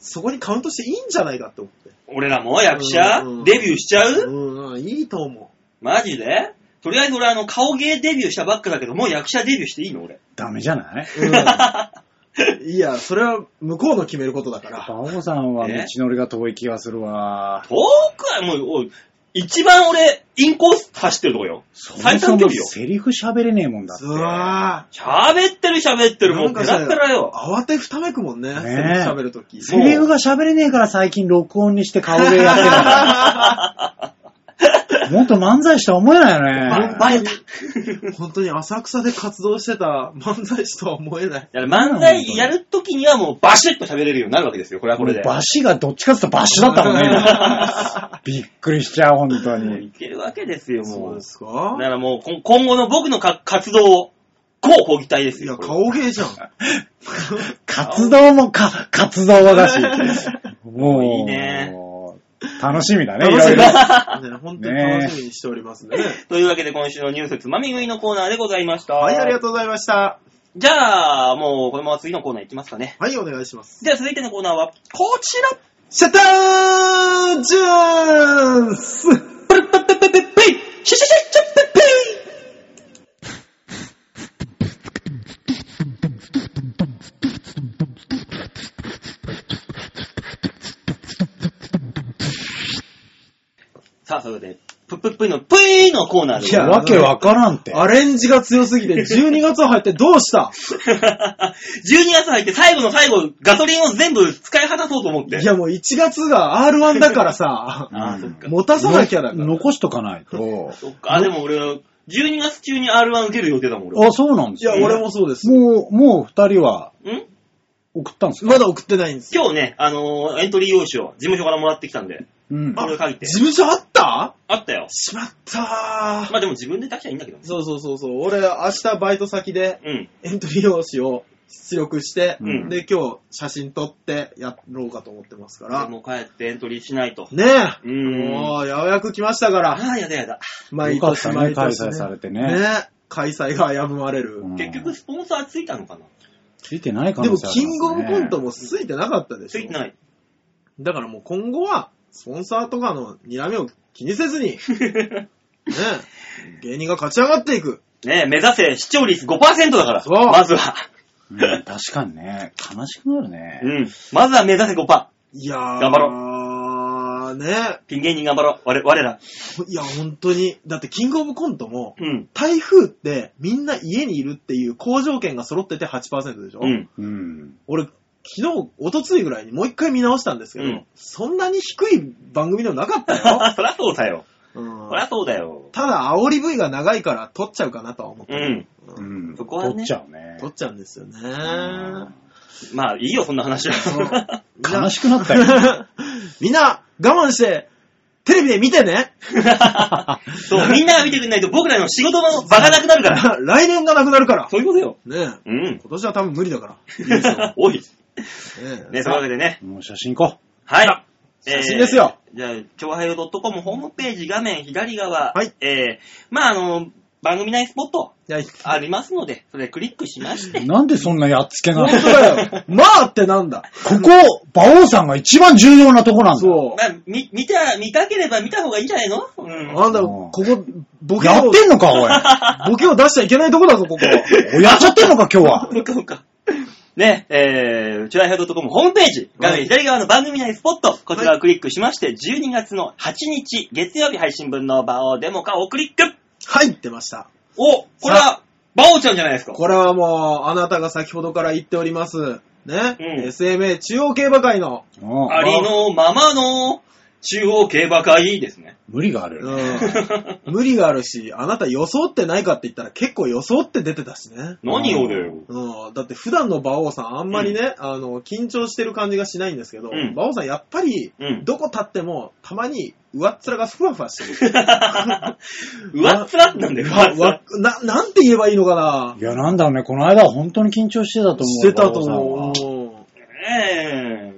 Speaker 3: そこにカウントしていいんじゃないかって思って。
Speaker 2: 俺らも役者
Speaker 3: うん
Speaker 2: デビューしちゃう
Speaker 3: うん、うんいいと思。
Speaker 2: マジでとりあえず俺あの、顔芸デビューしたばっかだけど、もう役者デビューしていいの俺。
Speaker 1: ダメじゃないう
Speaker 3: うん、いや、それは向こうの決めることだから。
Speaker 1: 馬王さんは道のりが遠い気がするわ。
Speaker 2: 遠くはもう、おい一番俺、インコース走ってるとこよ。
Speaker 1: そ
Speaker 2: 最
Speaker 1: もそ
Speaker 2: 短距
Speaker 1: も
Speaker 2: 離よ。
Speaker 1: セリフ喋れねえもんだって。
Speaker 3: うわー
Speaker 2: 喋ってる喋ってる、も
Speaker 3: な
Speaker 2: うんペ
Speaker 3: か
Speaker 2: ラ
Speaker 3: さ
Speaker 2: ッペラよ。
Speaker 3: 慌てふためくもんね、
Speaker 1: ねえ
Speaker 3: セリフ喋るとき。
Speaker 1: セリフが喋れねえから最近録音にして顔でやってるんだ。 もっと漫才した思えないよね。
Speaker 2: バレた。
Speaker 3: 本当に浅草で活動してた漫才師とは思えない。
Speaker 2: だから漫才やるときにはもうバシッと喋れるようになるわけですよ、これはこれで。
Speaker 1: バシがどっちかって言うとバシだったもんね。 今びっくりしちゃう、本当
Speaker 2: い
Speaker 1: に。
Speaker 2: けるわけですよ、
Speaker 3: そ
Speaker 2: も
Speaker 3: う
Speaker 2: う
Speaker 3: で。すか
Speaker 2: だからもう、こ今後の僕のか活動を、こうご期待です
Speaker 3: いや、
Speaker 2: よ。これ
Speaker 3: 顔芸じゃん。
Speaker 1: 活動もか、活動 はだし。もう、
Speaker 2: いいね
Speaker 1: 楽しみだね、い
Speaker 3: 楽
Speaker 1: ろ
Speaker 3: し
Speaker 1: い
Speaker 3: み
Speaker 1: ろ。
Speaker 3: ね、本当に楽しみにしておりますね。
Speaker 2: というわけで今週のニュースつまみ食いのコーナーでございました。
Speaker 3: はい、ありがとうございました。
Speaker 2: じゃあ、もうこのまま次のコーナーいきますかね。
Speaker 3: はい、お願いします。
Speaker 2: じゃあ続いてのコーナーは、こちら
Speaker 3: シャッターチャンス
Speaker 2: プルプルプルプルプルプルシュシュシュシュプルプルさあ、それで、プップップイのプイーのコーナーでご
Speaker 3: いや
Speaker 2: ざいま
Speaker 1: わけわからんって。
Speaker 3: アレンジが強すぎて、12月入ってどうした
Speaker 2: す。12月入って最後の最後、ガソリンを全部使い果たそうと思って。
Speaker 3: いや、もう1月が R1 だからさ、
Speaker 2: あー、そっか。
Speaker 3: 持たさなきゃだから。
Speaker 1: 残しとかないと。
Speaker 2: そっか。あ、でも俺、12月中に R1 受ける予定だもん、俺。
Speaker 1: あ、そうなんで
Speaker 3: い
Speaker 1: すよ
Speaker 3: や、俺もそうです。
Speaker 1: もう、もう二人は
Speaker 2: ん
Speaker 1: 送ったんですか
Speaker 3: まだ送ってないんです。
Speaker 2: 今日ね、あのーエントリー用紙を事務所からもらってきたんで、
Speaker 1: うん。
Speaker 2: これ書いて。
Speaker 3: 事務所あった
Speaker 2: あったよ。
Speaker 3: しまったー。
Speaker 2: まあでも自分で出しゃいいんだけどね。
Speaker 3: そうそうそうそう。俺、明日バイト先で
Speaker 2: うん。
Speaker 3: エントリー用紙を出力して、
Speaker 1: うん
Speaker 3: で、今日写真撮ってやろうかと思ってますから。
Speaker 2: もう帰ってエントリーしないと。
Speaker 3: ねえ。
Speaker 2: うーん
Speaker 3: もう、ようやく来ましたか
Speaker 2: あ
Speaker 3: ら。
Speaker 2: あ、やだやだ。
Speaker 3: 毎
Speaker 1: よかっ
Speaker 3: 年
Speaker 1: たね
Speaker 3: 毎年、
Speaker 1: 開催されてね
Speaker 3: え開催が危ぶまれる。
Speaker 1: うん
Speaker 2: 結局、スポンサーついたのかな
Speaker 1: ついてない可
Speaker 3: で
Speaker 1: 能
Speaker 3: も、
Speaker 1: 性あ
Speaker 3: キ
Speaker 1: り
Speaker 3: ン
Speaker 1: ま
Speaker 3: グオ
Speaker 1: す
Speaker 3: ブ
Speaker 1: ね
Speaker 3: コントもついてなかったでしょ。
Speaker 2: ついてない。
Speaker 3: だからもう今後は、スポンサーとかの睨みを気にせずに、ねえ芸人が勝ち上がっていく。
Speaker 2: ねえ、目指せ視聴率5%だから。
Speaker 3: そう
Speaker 2: まずは。
Speaker 1: うん確かにね、悲しくなるね。
Speaker 2: うん。まずは目指せ5%。
Speaker 3: いやー。
Speaker 2: 頑張
Speaker 3: ろう。ね
Speaker 2: ピン芸人頑張ろう。我我ら。
Speaker 3: いや、本当に。だって、キングオブコントも、
Speaker 2: うん。
Speaker 3: 台風ってみんな家にいるっていう好条件が揃ってて8%でしょ、
Speaker 2: うん。
Speaker 1: うん。
Speaker 3: 俺、昨日、一昨日ぐらいにもう一回見直したんですけど、
Speaker 2: うん
Speaker 3: そんなに低い番組でもなかった よ。
Speaker 2: そりゃそうだよ。
Speaker 3: うん
Speaker 2: そりゃそうだよ。
Speaker 3: ただ、煽り V が長いから撮っちゃうかなとは思
Speaker 2: う
Speaker 3: って、
Speaker 2: ん。
Speaker 1: う
Speaker 3: うん
Speaker 1: ん。
Speaker 2: そこはね
Speaker 1: 取っちゃうね
Speaker 3: 撮。っちゃうんですよね。
Speaker 2: まあ、いいよ、そんな話は。
Speaker 1: 悲しくなったよ。
Speaker 3: みんな、我慢して、テレビで見てね
Speaker 2: そう、みんなが見てくれないと僕らの仕事の場がなくなるから。
Speaker 3: 来年がなくなるから
Speaker 2: そういうことよ。
Speaker 3: ねえ
Speaker 2: うん。
Speaker 3: 今年は多分無理だか ら。
Speaker 2: おい。
Speaker 3: ねえ
Speaker 2: ね、そういうわけでね。
Speaker 1: もう写真行こ
Speaker 2: はい。
Speaker 3: 写真ですよ。
Speaker 2: じゃあ、超配ドットコムホームページ画面左側。
Speaker 3: はい
Speaker 2: えー、まあ、あの、番組内スポット
Speaker 3: いや
Speaker 2: ありますので、それクリックしまして
Speaker 1: う。。 なんでそんなやっつけなの
Speaker 3: 本当 だよ。まあってなんだ。
Speaker 1: ここ、馬王さんが一番重要なとこなんだ。
Speaker 3: そう
Speaker 2: ま。あ、み、見た、見たければ見た方がいいんじゃないのうん。
Speaker 3: なんだ
Speaker 1: うん
Speaker 3: よ、ここ、ボケ
Speaker 1: や
Speaker 3: を
Speaker 1: っ、てんのか、おい。
Speaker 3: ボケを出しちゃいけないとこだぞ、ここ。
Speaker 1: おやっちゃってんのか、今日は。
Speaker 2: そっかそっか。ね、えー、チュラヘアドットコムホームページ、画面左側の番組内スポット、こちらをクリックしまして、12月の8日、月曜日配信分のバオデモ化をクリック
Speaker 3: はい、出ました。
Speaker 2: お、これは、バオちゃんじゃないですか。
Speaker 3: これはもう、あなたが先ほどから言っております。ね、
Speaker 2: うん
Speaker 3: SMA 中央競馬会の、
Speaker 1: うん
Speaker 2: ありのままの中央競馬会ですね。
Speaker 1: 無理がある よね。
Speaker 3: うん無理があるし、あなた装ってないかって言ったら結構装って出てたしね。
Speaker 2: 何をだよ。
Speaker 3: うん、だって普段の馬王さんあんまりね、あの、緊張してる感じがしないんですけど、
Speaker 2: うん
Speaker 3: 馬王さんやっぱり
Speaker 2: うん、
Speaker 3: どこ立ってもたまに上っ面がふわふわしてる。
Speaker 2: 上っ面なんだよ、上っ面
Speaker 3: わな、なんて言えばいいのかない
Speaker 1: や、なんだろうね、この間は本当に緊張してたと思う。
Speaker 3: してたと
Speaker 1: 馬
Speaker 3: 思
Speaker 1: 王さんは
Speaker 3: う。
Speaker 2: ね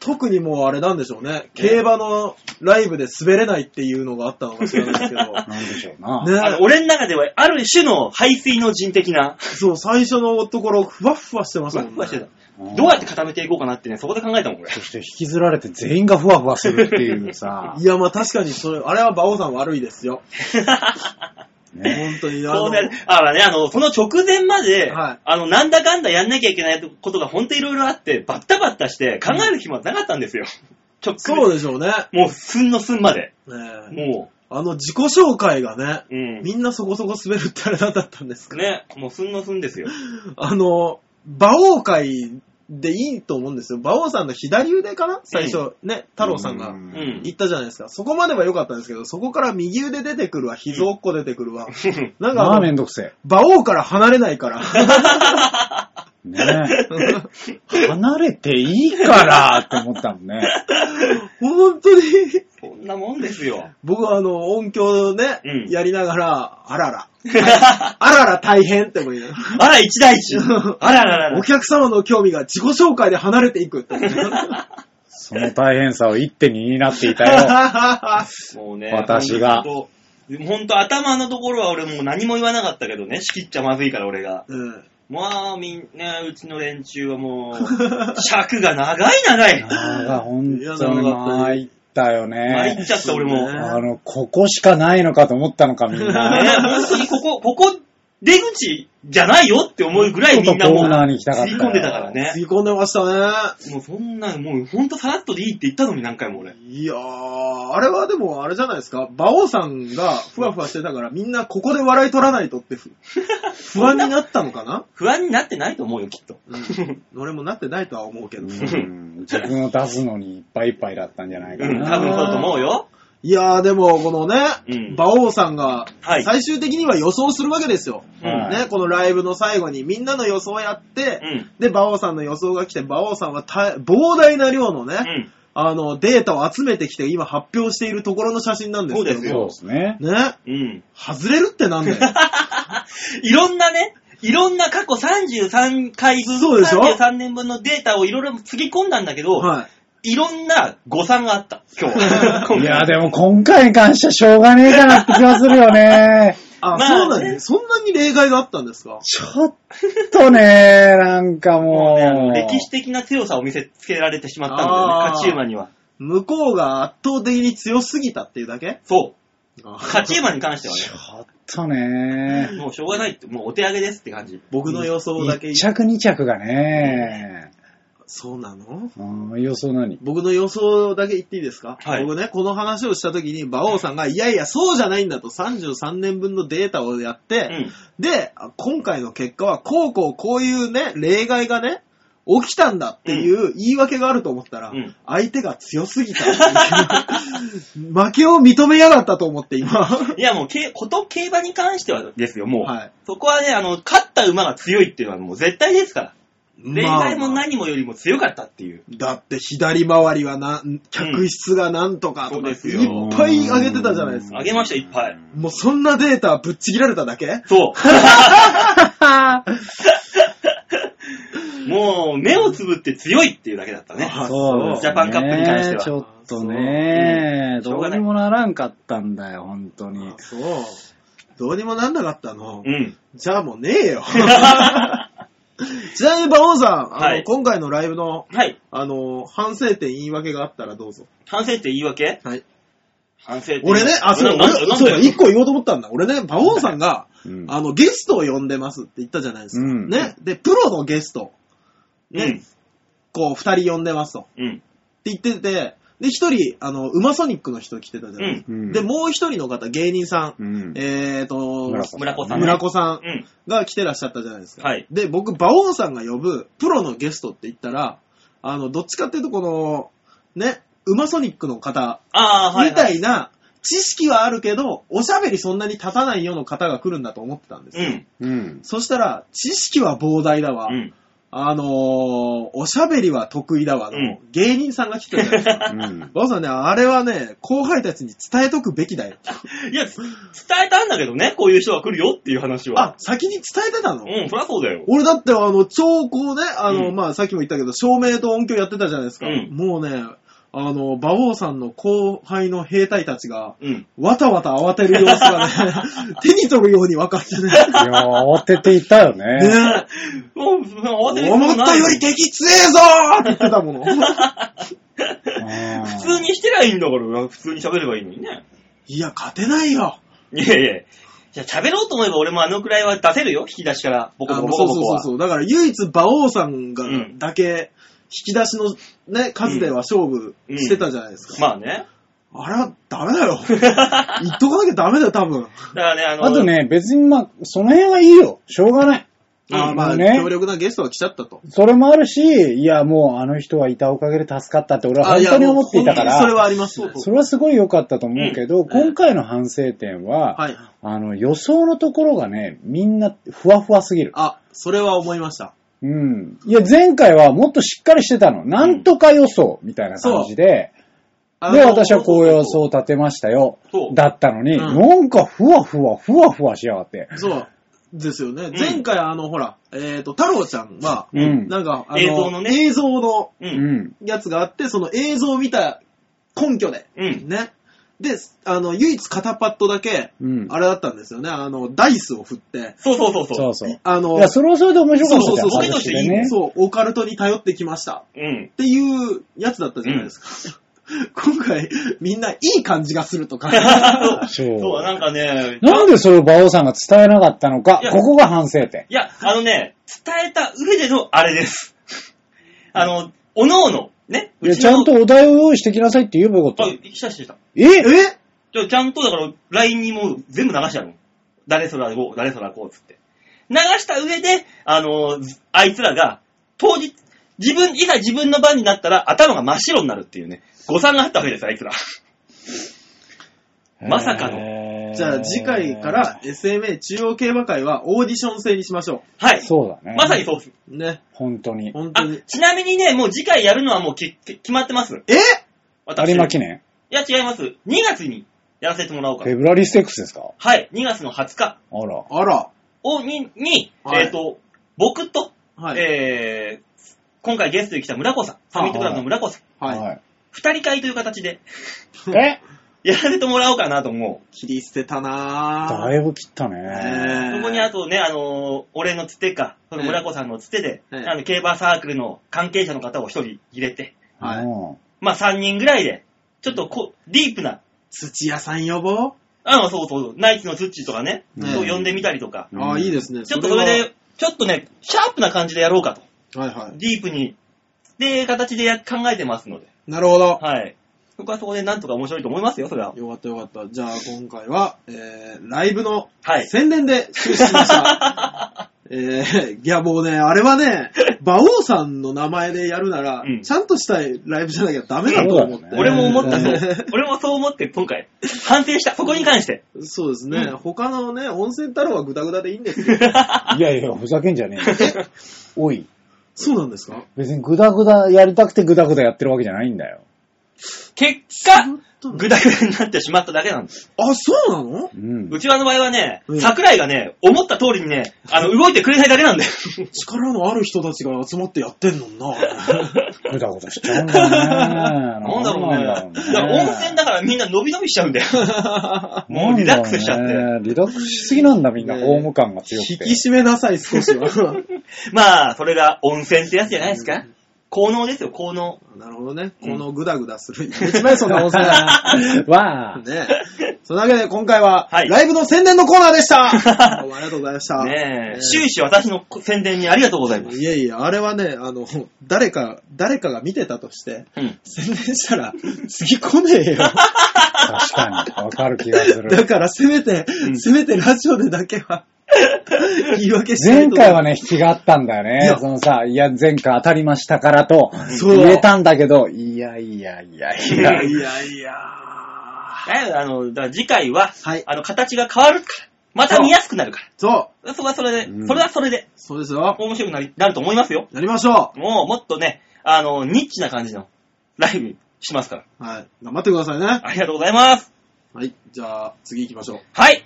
Speaker 3: 特にもうあれなんでしょうね。競馬のライブで滑れないっていうのがあったのか知らないです けど。
Speaker 1: なんでしょうな。
Speaker 2: え。あの
Speaker 3: ね、
Speaker 2: 俺の中では、ある種の排水の陣的な、
Speaker 3: そう、最初のところ、ふわっふわしてまし
Speaker 2: ふ
Speaker 3: た
Speaker 2: わ
Speaker 3: もん
Speaker 2: ふ
Speaker 3: ね。
Speaker 2: わしてた。
Speaker 1: うん
Speaker 2: どうやって固めていこうかなってね、そこで考えたもん、俺。
Speaker 1: そして引きずられて全員がふわふわするっていう さ
Speaker 3: い。や、まあ確かにそれ、あれは馬王さん悪いですよ。
Speaker 1: ね
Speaker 3: 本当に。あの
Speaker 2: そうだね。あらね、あの、その直前まで、
Speaker 3: はい
Speaker 2: あの、なんだかんだやんなきゃいけないことが本当いろいろあって、バッタバッタして、考える暇なかったんですよ。直前。
Speaker 3: そうでしょうね。
Speaker 2: もう、すんのすんまで。
Speaker 3: ねえ
Speaker 2: も
Speaker 3: あの、自己紹介がね、
Speaker 2: う、うん。
Speaker 3: みんなそこそこ滑るってあれなんだったんですか
Speaker 2: ね、もうすんのすんですよ。
Speaker 3: あの、馬王会でいいと思うんですよ。馬王さんの左腕かな最初、ね、太郎さんが
Speaker 1: う
Speaker 2: うんん。
Speaker 3: 言ったじゃないですか。そこまでは良かったんですけど、そこから右腕出てくるわ、膝落っこ出てくるわ。なんか
Speaker 1: ま
Speaker 3: あ
Speaker 1: あ
Speaker 3: の
Speaker 1: めんどくせ
Speaker 3: 馬王から離れな いから。
Speaker 1: え。 ねえ。離れていいからって思ったもんね。
Speaker 3: 本当に。
Speaker 2: そんなもんですよ。
Speaker 3: 僕はあの、音響ね、
Speaker 2: うん
Speaker 3: やりながら、あら ら。あらら大変って思いなが
Speaker 2: あら、一大 事。あららら
Speaker 3: ら。
Speaker 2: ら
Speaker 3: お。客様の興味が自己紹介で離れていくって。
Speaker 1: その大変さを一手に担っていた よ。
Speaker 2: もうね、
Speaker 1: 私が
Speaker 2: 本当。ほんと頭のところは俺もう何も言わなかったけどね、仕切っちゃまずいから俺が。
Speaker 3: うん
Speaker 2: まあみんな、うちの連中はも う、尺が長い長い。
Speaker 1: ああ、ほん
Speaker 3: いや
Speaker 1: とに
Speaker 3: 長かった
Speaker 1: 参ったよ
Speaker 2: 参っ
Speaker 1: ね。
Speaker 2: ちゃった俺も。
Speaker 3: そう
Speaker 2: ね
Speaker 3: ね
Speaker 1: あの、ここしかないのかと思ったのか、みん な。
Speaker 2: 本当にここ、ここ、出口じゃないよって思うぐらいみんなも
Speaker 1: コ
Speaker 2: う、
Speaker 1: ーナーに行きたかった
Speaker 2: 吸い込んでたからね。
Speaker 3: 吸い込んでましたね。
Speaker 2: もうそんな、もうほんとさらっとでいいって言ったのに何回も俺。
Speaker 3: いやー、あれはでもあれじゃないですか。馬王さんがふわふわしてたから、みんなここで笑い取らない とってふ不安になったのかな
Speaker 2: 不安になってないと思うよ、きっと。
Speaker 3: うん。俺もなってないとは思うけ
Speaker 1: う
Speaker 3: ど。
Speaker 1: ん自分を出すのにいっぱいいっぱいだったんじゃないか
Speaker 2: うん、
Speaker 1: な。
Speaker 2: 多分そうと思うよ。
Speaker 3: いやー、でもこのね、
Speaker 2: うん
Speaker 3: 馬王さんが
Speaker 2: はい
Speaker 3: 最終的には予想するわけですよ。
Speaker 1: はい
Speaker 3: ね、このライブの最後にみんなの予想やって、
Speaker 2: うん
Speaker 3: で、馬王さんの予想が来て、馬王さんは大膨大な量のね、
Speaker 2: うん。
Speaker 3: あの、データを集めてきて、今発表しているところの写真なんですけども
Speaker 2: そうです
Speaker 1: そう
Speaker 2: よ
Speaker 1: ですね。
Speaker 3: ね、
Speaker 2: うん。
Speaker 3: 外れるってなん だよ。
Speaker 2: いろんなね、いろんな過去33回分、
Speaker 3: そうでしょ
Speaker 2: 33年分のデータをいろいろつぎ込んだんだけど、、
Speaker 3: はい
Speaker 2: ろんな誤算があった、今 日は今回
Speaker 1: いや、でも今回に関してはしょうがねえかなって気がするよね。
Speaker 3: い。あ、
Speaker 2: まあ
Speaker 3: そうなん
Speaker 2: ね
Speaker 3: ね。そんなに例外があったんですか
Speaker 1: ちょっとね、なんか
Speaker 2: もうねあ
Speaker 1: も
Speaker 2: の
Speaker 1: う。
Speaker 2: 歴史的な強さを見せつけられてしまったんだよね、
Speaker 3: あー
Speaker 2: 勝ち馬には。
Speaker 3: 向こうが圧倒的に強すぎたっていうだけ
Speaker 2: そう。勝
Speaker 3: 勝
Speaker 2: ち馬に関しては
Speaker 1: ちょっと
Speaker 2: ね、。
Speaker 1: ね
Speaker 2: もうしょうがないって、もうお手上げですって感じ。
Speaker 3: 僕の予想だけ
Speaker 1: 1、着2着がね、
Speaker 3: そうなの
Speaker 1: うん、予想 何
Speaker 3: 僕の予想だけ言っていいですか、
Speaker 2: はい
Speaker 3: 僕ね、この話をした時に、馬王さんが、いやいや、そうじゃないんだと、33年分のデータをやっ
Speaker 2: う
Speaker 3: て、
Speaker 2: ん。
Speaker 3: で、あ今回の結果は、こうこうこういうね、例外がね、起きたんだっていう言い訳があると思ったら、
Speaker 2: うん
Speaker 3: 相手が強すぎたっていう。 負けを認めやがったと思って、今。
Speaker 2: いや、もう、けこと競馬に関してはですよ、もう。
Speaker 3: はい。
Speaker 2: そこはね、あの、勝った馬が強いっていうのはもう絶対ですから。例外も
Speaker 3: まあ
Speaker 2: 何もよりも強かったっていう。
Speaker 3: だって左回りはな、客室がなんとかと
Speaker 2: そう
Speaker 3: か、
Speaker 2: ですよ
Speaker 3: いっぱい上げてたじゃないですか。
Speaker 2: あげました、いっぱい。
Speaker 3: もうそんなデータぶっちぎられただけ
Speaker 2: そう。もう、目をつぶって強いっていうだけだったね。
Speaker 3: あ
Speaker 1: そうですね
Speaker 2: ジャパンカップに関しては
Speaker 1: ちょっとね、
Speaker 2: そう
Speaker 1: どうにもならんかったんだよ、本当に
Speaker 3: あ。そう。どうにもなんなかったの
Speaker 2: う。 ん。
Speaker 3: じゃあもうねえ よ。ちなみに、馬王さん、あの、
Speaker 2: はい
Speaker 3: 今回のライブの、
Speaker 2: はい。
Speaker 3: あの、反省点言い訳があったらどうぞ。
Speaker 2: 反省って言い訳
Speaker 3: はい。
Speaker 2: 反省って言い訳。
Speaker 3: 俺ね、あ、そう、
Speaker 2: な
Speaker 3: 俺
Speaker 2: んだよ、なん
Speaker 3: そ
Speaker 2: だよ
Speaker 3: う、一。個言おうと思ったんだ。俺ね、馬王さんが、
Speaker 1: うん
Speaker 3: あの、ゲストを呼んでますって言ったじゃないですか。
Speaker 1: うん
Speaker 3: ね。で、プロのゲスト。ね、こう、二人呼んでますと。っ
Speaker 2: うん。うん。
Speaker 3: て言ってて、で、一人、あの、ウマソニックの人来てたじゃないですか。
Speaker 4: うん
Speaker 3: で、もう一人の方、芸人さん、
Speaker 4: うん。
Speaker 3: えーと、
Speaker 4: 村子
Speaker 2: 村子さんね。
Speaker 3: 村子さん
Speaker 2: うん。
Speaker 3: が来てらっしゃったじゃないですか。
Speaker 2: はい
Speaker 3: で、僕、馬王さんが呼ぶプロのゲストって言ったら、あの、どっちかっていうと、この、ね、ウマソニックの方
Speaker 2: ああ、はい、はい。
Speaker 3: みたいな、知識はあるけど、おしゃべりそんなに立たないような方が来るんだと思ってたんですよ。
Speaker 2: うん。
Speaker 4: うん。
Speaker 3: そしたら、知識は膨大だわ。
Speaker 2: うん。
Speaker 3: あのー、おしゃべりは得意だわの、
Speaker 2: うん
Speaker 3: 芸人さんが来てるじゃないです か。
Speaker 4: うん。
Speaker 3: バオさんね、あれはね、後輩たちに伝えとくべきだよ。
Speaker 2: いや、つ伝えたんだけどね、こういう人が来るよっていう話
Speaker 3: あ
Speaker 2: は。、
Speaker 3: 先に伝えてた
Speaker 2: う
Speaker 3: の、
Speaker 2: ん、そりゃそうだよ。
Speaker 3: 俺だってあの、超こうね、あの、
Speaker 2: うん
Speaker 3: まあ、さっきも言ったけど、照明と音響やってたじゃないですか。
Speaker 2: うん
Speaker 3: もうね、あの、馬王さんの後輩の兵隊たちが、
Speaker 2: うん。
Speaker 3: わたわた慌てる様子が ね、手に取るように分かってね。
Speaker 1: いやー、慌てていたよね。
Speaker 3: ね
Speaker 2: もう、慌てる
Speaker 3: 思ったより
Speaker 2: て
Speaker 3: 敵強えぞーって言ってたもの。
Speaker 1: う ん
Speaker 2: 普通にしてりゃいいんだから、普通に喋ればいいのにね。
Speaker 3: いや、勝てないよ。
Speaker 2: いやいやじゃあ喋ろうと思えば俺もあのくらいは出せるよ、引き出しから。ボコ
Speaker 3: あ
Speaker 2: ボ
Speaker 3: の
Speaker 2: コボ
Speaker 3: そ
Speaker 2: コ
Speaker 3: う
Speaker 2: ボ
Speaker 3: そ
Speaker 2: コ
Speaker 3: うそ
Speaker 2: は。
Speaker 3: うそう。だから唯一馬王さんが
Speaker 2: うん
Speaker 3: だけ、引き出しのね、数では勝負してたじゃないですか。
Speaker 2: まあね。
Speaker 3: あれはダメだ よ。言っとかなきゃダメだよ、多分。
Speaker 2: だからね、あの、
Speaker 1: あとね、別にまあ、その辺はいいよ。しょうがない。
Speaker 2: うん
Speaker 3: あーまあ、
Speaker 1: ね
Speaker 3: 強力なゲストが来ちゃったと。
Speaker 1: それもあるし、いや、もうあの人はいたおかげで助かったって俺は
Speaker 3: あ
Speaker 1: 本
Speaker 3: いや
Speaker 1: 当に思っていたか
Speaker 3: もう本当にそれ
Speaker 1: ら、
Speaker 3: はあります。そう
Speaker 1: それはすごい良かったと思うけど、今回の反省点は、
Speaker 3: はい。
Speaker 1: あの、予想のところがね、みんなふわふわすぎる。
Speaker 3: あ、それは思いました。
Speaker 1: うん。いや、前回はもっとしっかりしてたの。なんとか予想みたいな感じで、
Speaker 3: あの
Speaker 1: で、私はこう予想を立てましたよ。
Speaker 2: そう。
Speaker 1: だったのに、
Speaker 3: うん
Speaker 1: なんかふわふわ、ふわふわしやがって。
Speaker 3: そう。ですよね。前回、あの、ほら、えっと、太郎ちゃんは、
Speaker 1: うん。
Speaker 3: なんか、あ
Speaker 2: 映像のね
Speaker 3: 映像の
Speaker 2: う。
Speaker 1: うんん。
Speaker 3: やつがあって、その映像を見た根拠で、
Speaker 2: うん。
Speaker 3: ね。で、あの、唯一片パッドだけ、
Speaker 1: うん。
Speaker 3: あれだったんですよね。あの、ダイスを振って、
Speaker 2: そうそうそう。
Speaker 1: そううそう。
Speaker 3: あの
Speaker 1: い、や、それはそれで面白かったじゃ
Speaker 3: そう
Speaker 1: ん。
Speaker 3: そうそう
Speaker 1: 話
Speaker 2: そう
Speaker 1: でね。
Speaker 3: そう、オカルトに頼ってきましたっ
Speaker 2: うん。
Speaker 3: ていうやつだったじゃないですか。 今回、みんないい感じがする とか。
Speaker 1: そう
Speaker 2: そう、なんかね、
Speaker 1: なんでそれを馬王さんが伝えなかったのか
Speaker 2: いや、
Speaker 1: ここが反省点。
Speaker 2: いや、あのね、伝えた上でのあれです。あの、おのおの、ね、
Speaker 1: いや、ちゃんと
Speaker 2: あ、
Speaker 1: お題を用意してきなさいって言えばよかった。
Speaker 2: 来たしてた。
Speaker 1: え
Speaker 3: え
Speaker 2: じゃあちゃんと、だから、LINE にもう全部流してあるの。誰そらこう、誰そらこう、つって。流した上で、あの、ずあいつらが、当日、自分、いざ自分の番になったら頭が真っ白になるっていうね、誤算があったわけです、あいつら。まさかの
Speaker 1: の
Speaker 3: じゃあ次回か。ら SMA 中央競馬会はオーディション制にしましょ
Speaker 2: はい。
Speaker 1: そうだね。
Speaker 2: まさに。そうです。
Speaker 3: う。ね。
Speaker 1: 本当に。
Speaker 3: 本当
Speaker 2: あ
Speaker 3: に。、
Speaker 2: ちなみにね、もう次回やるのはもうきき決まってます。
Speaker 3: え
Speaker 2: 私
Speaker 1: 有馬記念。
Speaker 2: いや、違います。2月にやらせてもらおうか
Speaker 1: フ。ェブラリーステックスですか
Speaker 2: はい。2月の20日
Speaker 1: あら。
Speaker 3: あら。
Speaker 2: を、に、に、
Speaker 3: はい
Speaker 2: えっ、と、僕と、
Speaker 3: はい。
Speaker 2: えー、今回ゲストに来た村子さん、サミットクラブの村子さん、
Speaker 3: はい。
Speaker 1: い。
Speaker 2: 二人会という形で
Speaker 1: え
Speaker 2: やらせてもらおうかなと思う。
Speaker 3: 切り捨てたなぁ。
Speaker 1: だいぶ切った
Speaker 3: ね
Speaker 1: ね。
Speaker 3: えー
Speaker 2: そこにあとね、あのー俺のつてか、その村子さんのつてで、
Speaker 3: ええ
Speaker 2: あの、競馬サークルの関係者の方を一人入れて、
Speaker 3: はい
Speaker 1: うん
Speaker 2: まあ3人ぐらいで、ちょっとこう、ディープな、
Speaker 3: 土屋さん呼ぼう。
Speaker 2: あそうそう、ナイツのツッチーとかね、
Speaker 3: ね
Speaker 2: そう呼んでみたりとか、
Speaker 1: うん
Speaker 3: ああ、いいですね。
Speaker 2: ちょっとそれで、ちょっとね、シャープな感じでやろうかと。
Speaker 3: それは。はいは
Speaker 2: ディープに、で、形でや考えてますので。
Speaker 3: い。なるほど。
Speaker 2: はい。そこはそこでなんとか面白いと思いますよ、それは。
Speaker 3: よかったよかった。じゃあ今回は、えー、ライブの
Speaker 2: はい
Speaker 3: 宣伝で終始しました。 えー、いやもうね、あれはね、馬王さんの名前でやるなら、
Speaker 2: うん
Speaker 3: ちゃんとしたライブじゃなきゃダメだと思って。
Speaker 1: そうだね
Speaker 2: 俺も思った、そう
Speaker 3: え。
Speaker 2: 俺もそう思って、今回。反省した、そこに関して。
Speaker 3: ー そうですね、
Speaker 2: うん
Speaker 3: 他のね、温泉太郎はグダグダでいいんです よ。
Speaker 1: いやいや、ふざけんじゃねえよ。 おい。
Speaker 3: そうなんですか
Speaker 1: 別にグダグダやりたくてグダグダやってるわけじゃないんだよ。
Speaker 2: 結
Speaker 3: そう
Speaker 2: 果、
Speaker 3: だね
Speaker 2: グダグダになってしまっただけなんです。
Speaker 3: あ、そうなの
Speaker 1: うん。
Speaker 2: うちわの場合はね
Speaker 3: う、ん
Speaker 2: 桜井がね、思った通りにね、あの、動いてくれないだけなんだよ。
Speaker 3: 力のある人たちが集まってやってんのに な。
Speaker 1: ぐだぐだしちゃうんだ ね。
Speaker 2: なんだろうね。だから
Speaker 1: なんだろうね
Speaker 2: 温泉だからみんな伸び伸びしちゃうんだよ。もうリラックスしちゃって。
Speaker 1: なんだろうねリラックスしすぎなんだ、みんな。
Speaker 3: ね
Speaker 1: ホーム感が強く
Speaker 3: 引
Speaker 1: て。
Speaker 3: き締めなさい、少しは。
Speaker 2: まあ、それが温泉ってやつじゃないですか。効能ですよ、効能。
Speaker 3: なるほどね。
Speaker 2: う
Speaker 3: こ
Speaker 2: ん
Speaker 3: のグダグダする。一番そんな温泉だ
Speaker 1: わ
Speaker 3: な。
Speaker 1: あ。
Speaker 3: ねそのわけで今回は、
Speaker 2: はい
Speaker 3: ライブの宣伝のコーナーでした どうもありがとうございました。
Speaker 2: ね
Speaker 3: ね
Speaker 2: え、終始私の宣伝にありがとうございます。
Speaker 3: いやいや、あれはね、あの、誰か、誰かが見てたとして、
Speaker 2: うん。
Speaker 3: 宣伝したら、次来ね えよ。
Speaker 1: 確かに。わかる気がす
Speaker 3: だ
Speaker 1: る。
Speaker 3: から、せめて、
Speaker 2: うん
Speaker 3: せめてラジオでだけ は、言い訳しない
Speaker 1: 前
Speaker 3: と。
Speaker 1: 回はね、引きがあったんだよ
Speaker 3: い
Speaker 1: ね。
Speaker 3: や
Speaker 1: そのさ、いや、前回当たりましたからと、
Speaker 3: そう
Speaker 1: 言えたんだけど、いやいやいやい
Speaker 3: い
Speaker 1: や。
Speaker 3: やいやいや。
Speaker 2: ねあの、だから次回は、
Speaker 3: はい
Speaker 2: あの、形が変わるから、また見やすくなるか
Speaker 3: そう、
Speaker 2: ら。それはそれで、
Speaker 1: うん
Speaker 2: それはそれで、
Speaker 3: そうですよ。
Speaker 2: 面白くなりなると思いますよ。
Speaker 3: やりましょ
Speaker 2: もう、もっとね、あの、ニッチな感じのライブしますから。
Speaker 3: う。はい。頑張ってくださいね。
Speaker 2: ありがとうございます。
Speaker 3: はい。じゃあ、次行きましょう。
Speaker 2: はい。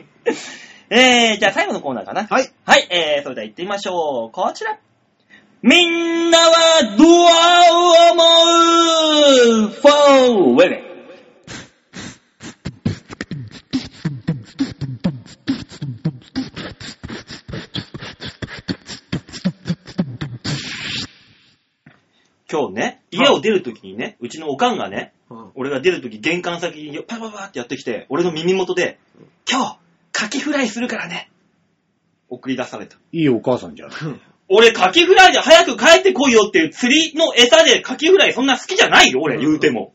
Speaker 2: えー、じゃあ最後のコーナーかな。
Speaker 3: はい。
Speaker 2: はい、えー、それでは行ってみましょう。こちら。みんなはどう思うフォーウェレ。今日ね、家を出るときにね、うちのおかんがね、
Speaker 3: うん
Speaker 2: 俺が出るとき玄関先にパパパパってやってきて、俺の耳元で、今日、カキフライするからね。送り出された。
Speaker 1: いいお母さんじゃん。
Speaker 2: 俺、カキフライで早く帰ってこいよっていう釣りの餌でカキフライそんな好きじゃないよ、俺、言うても。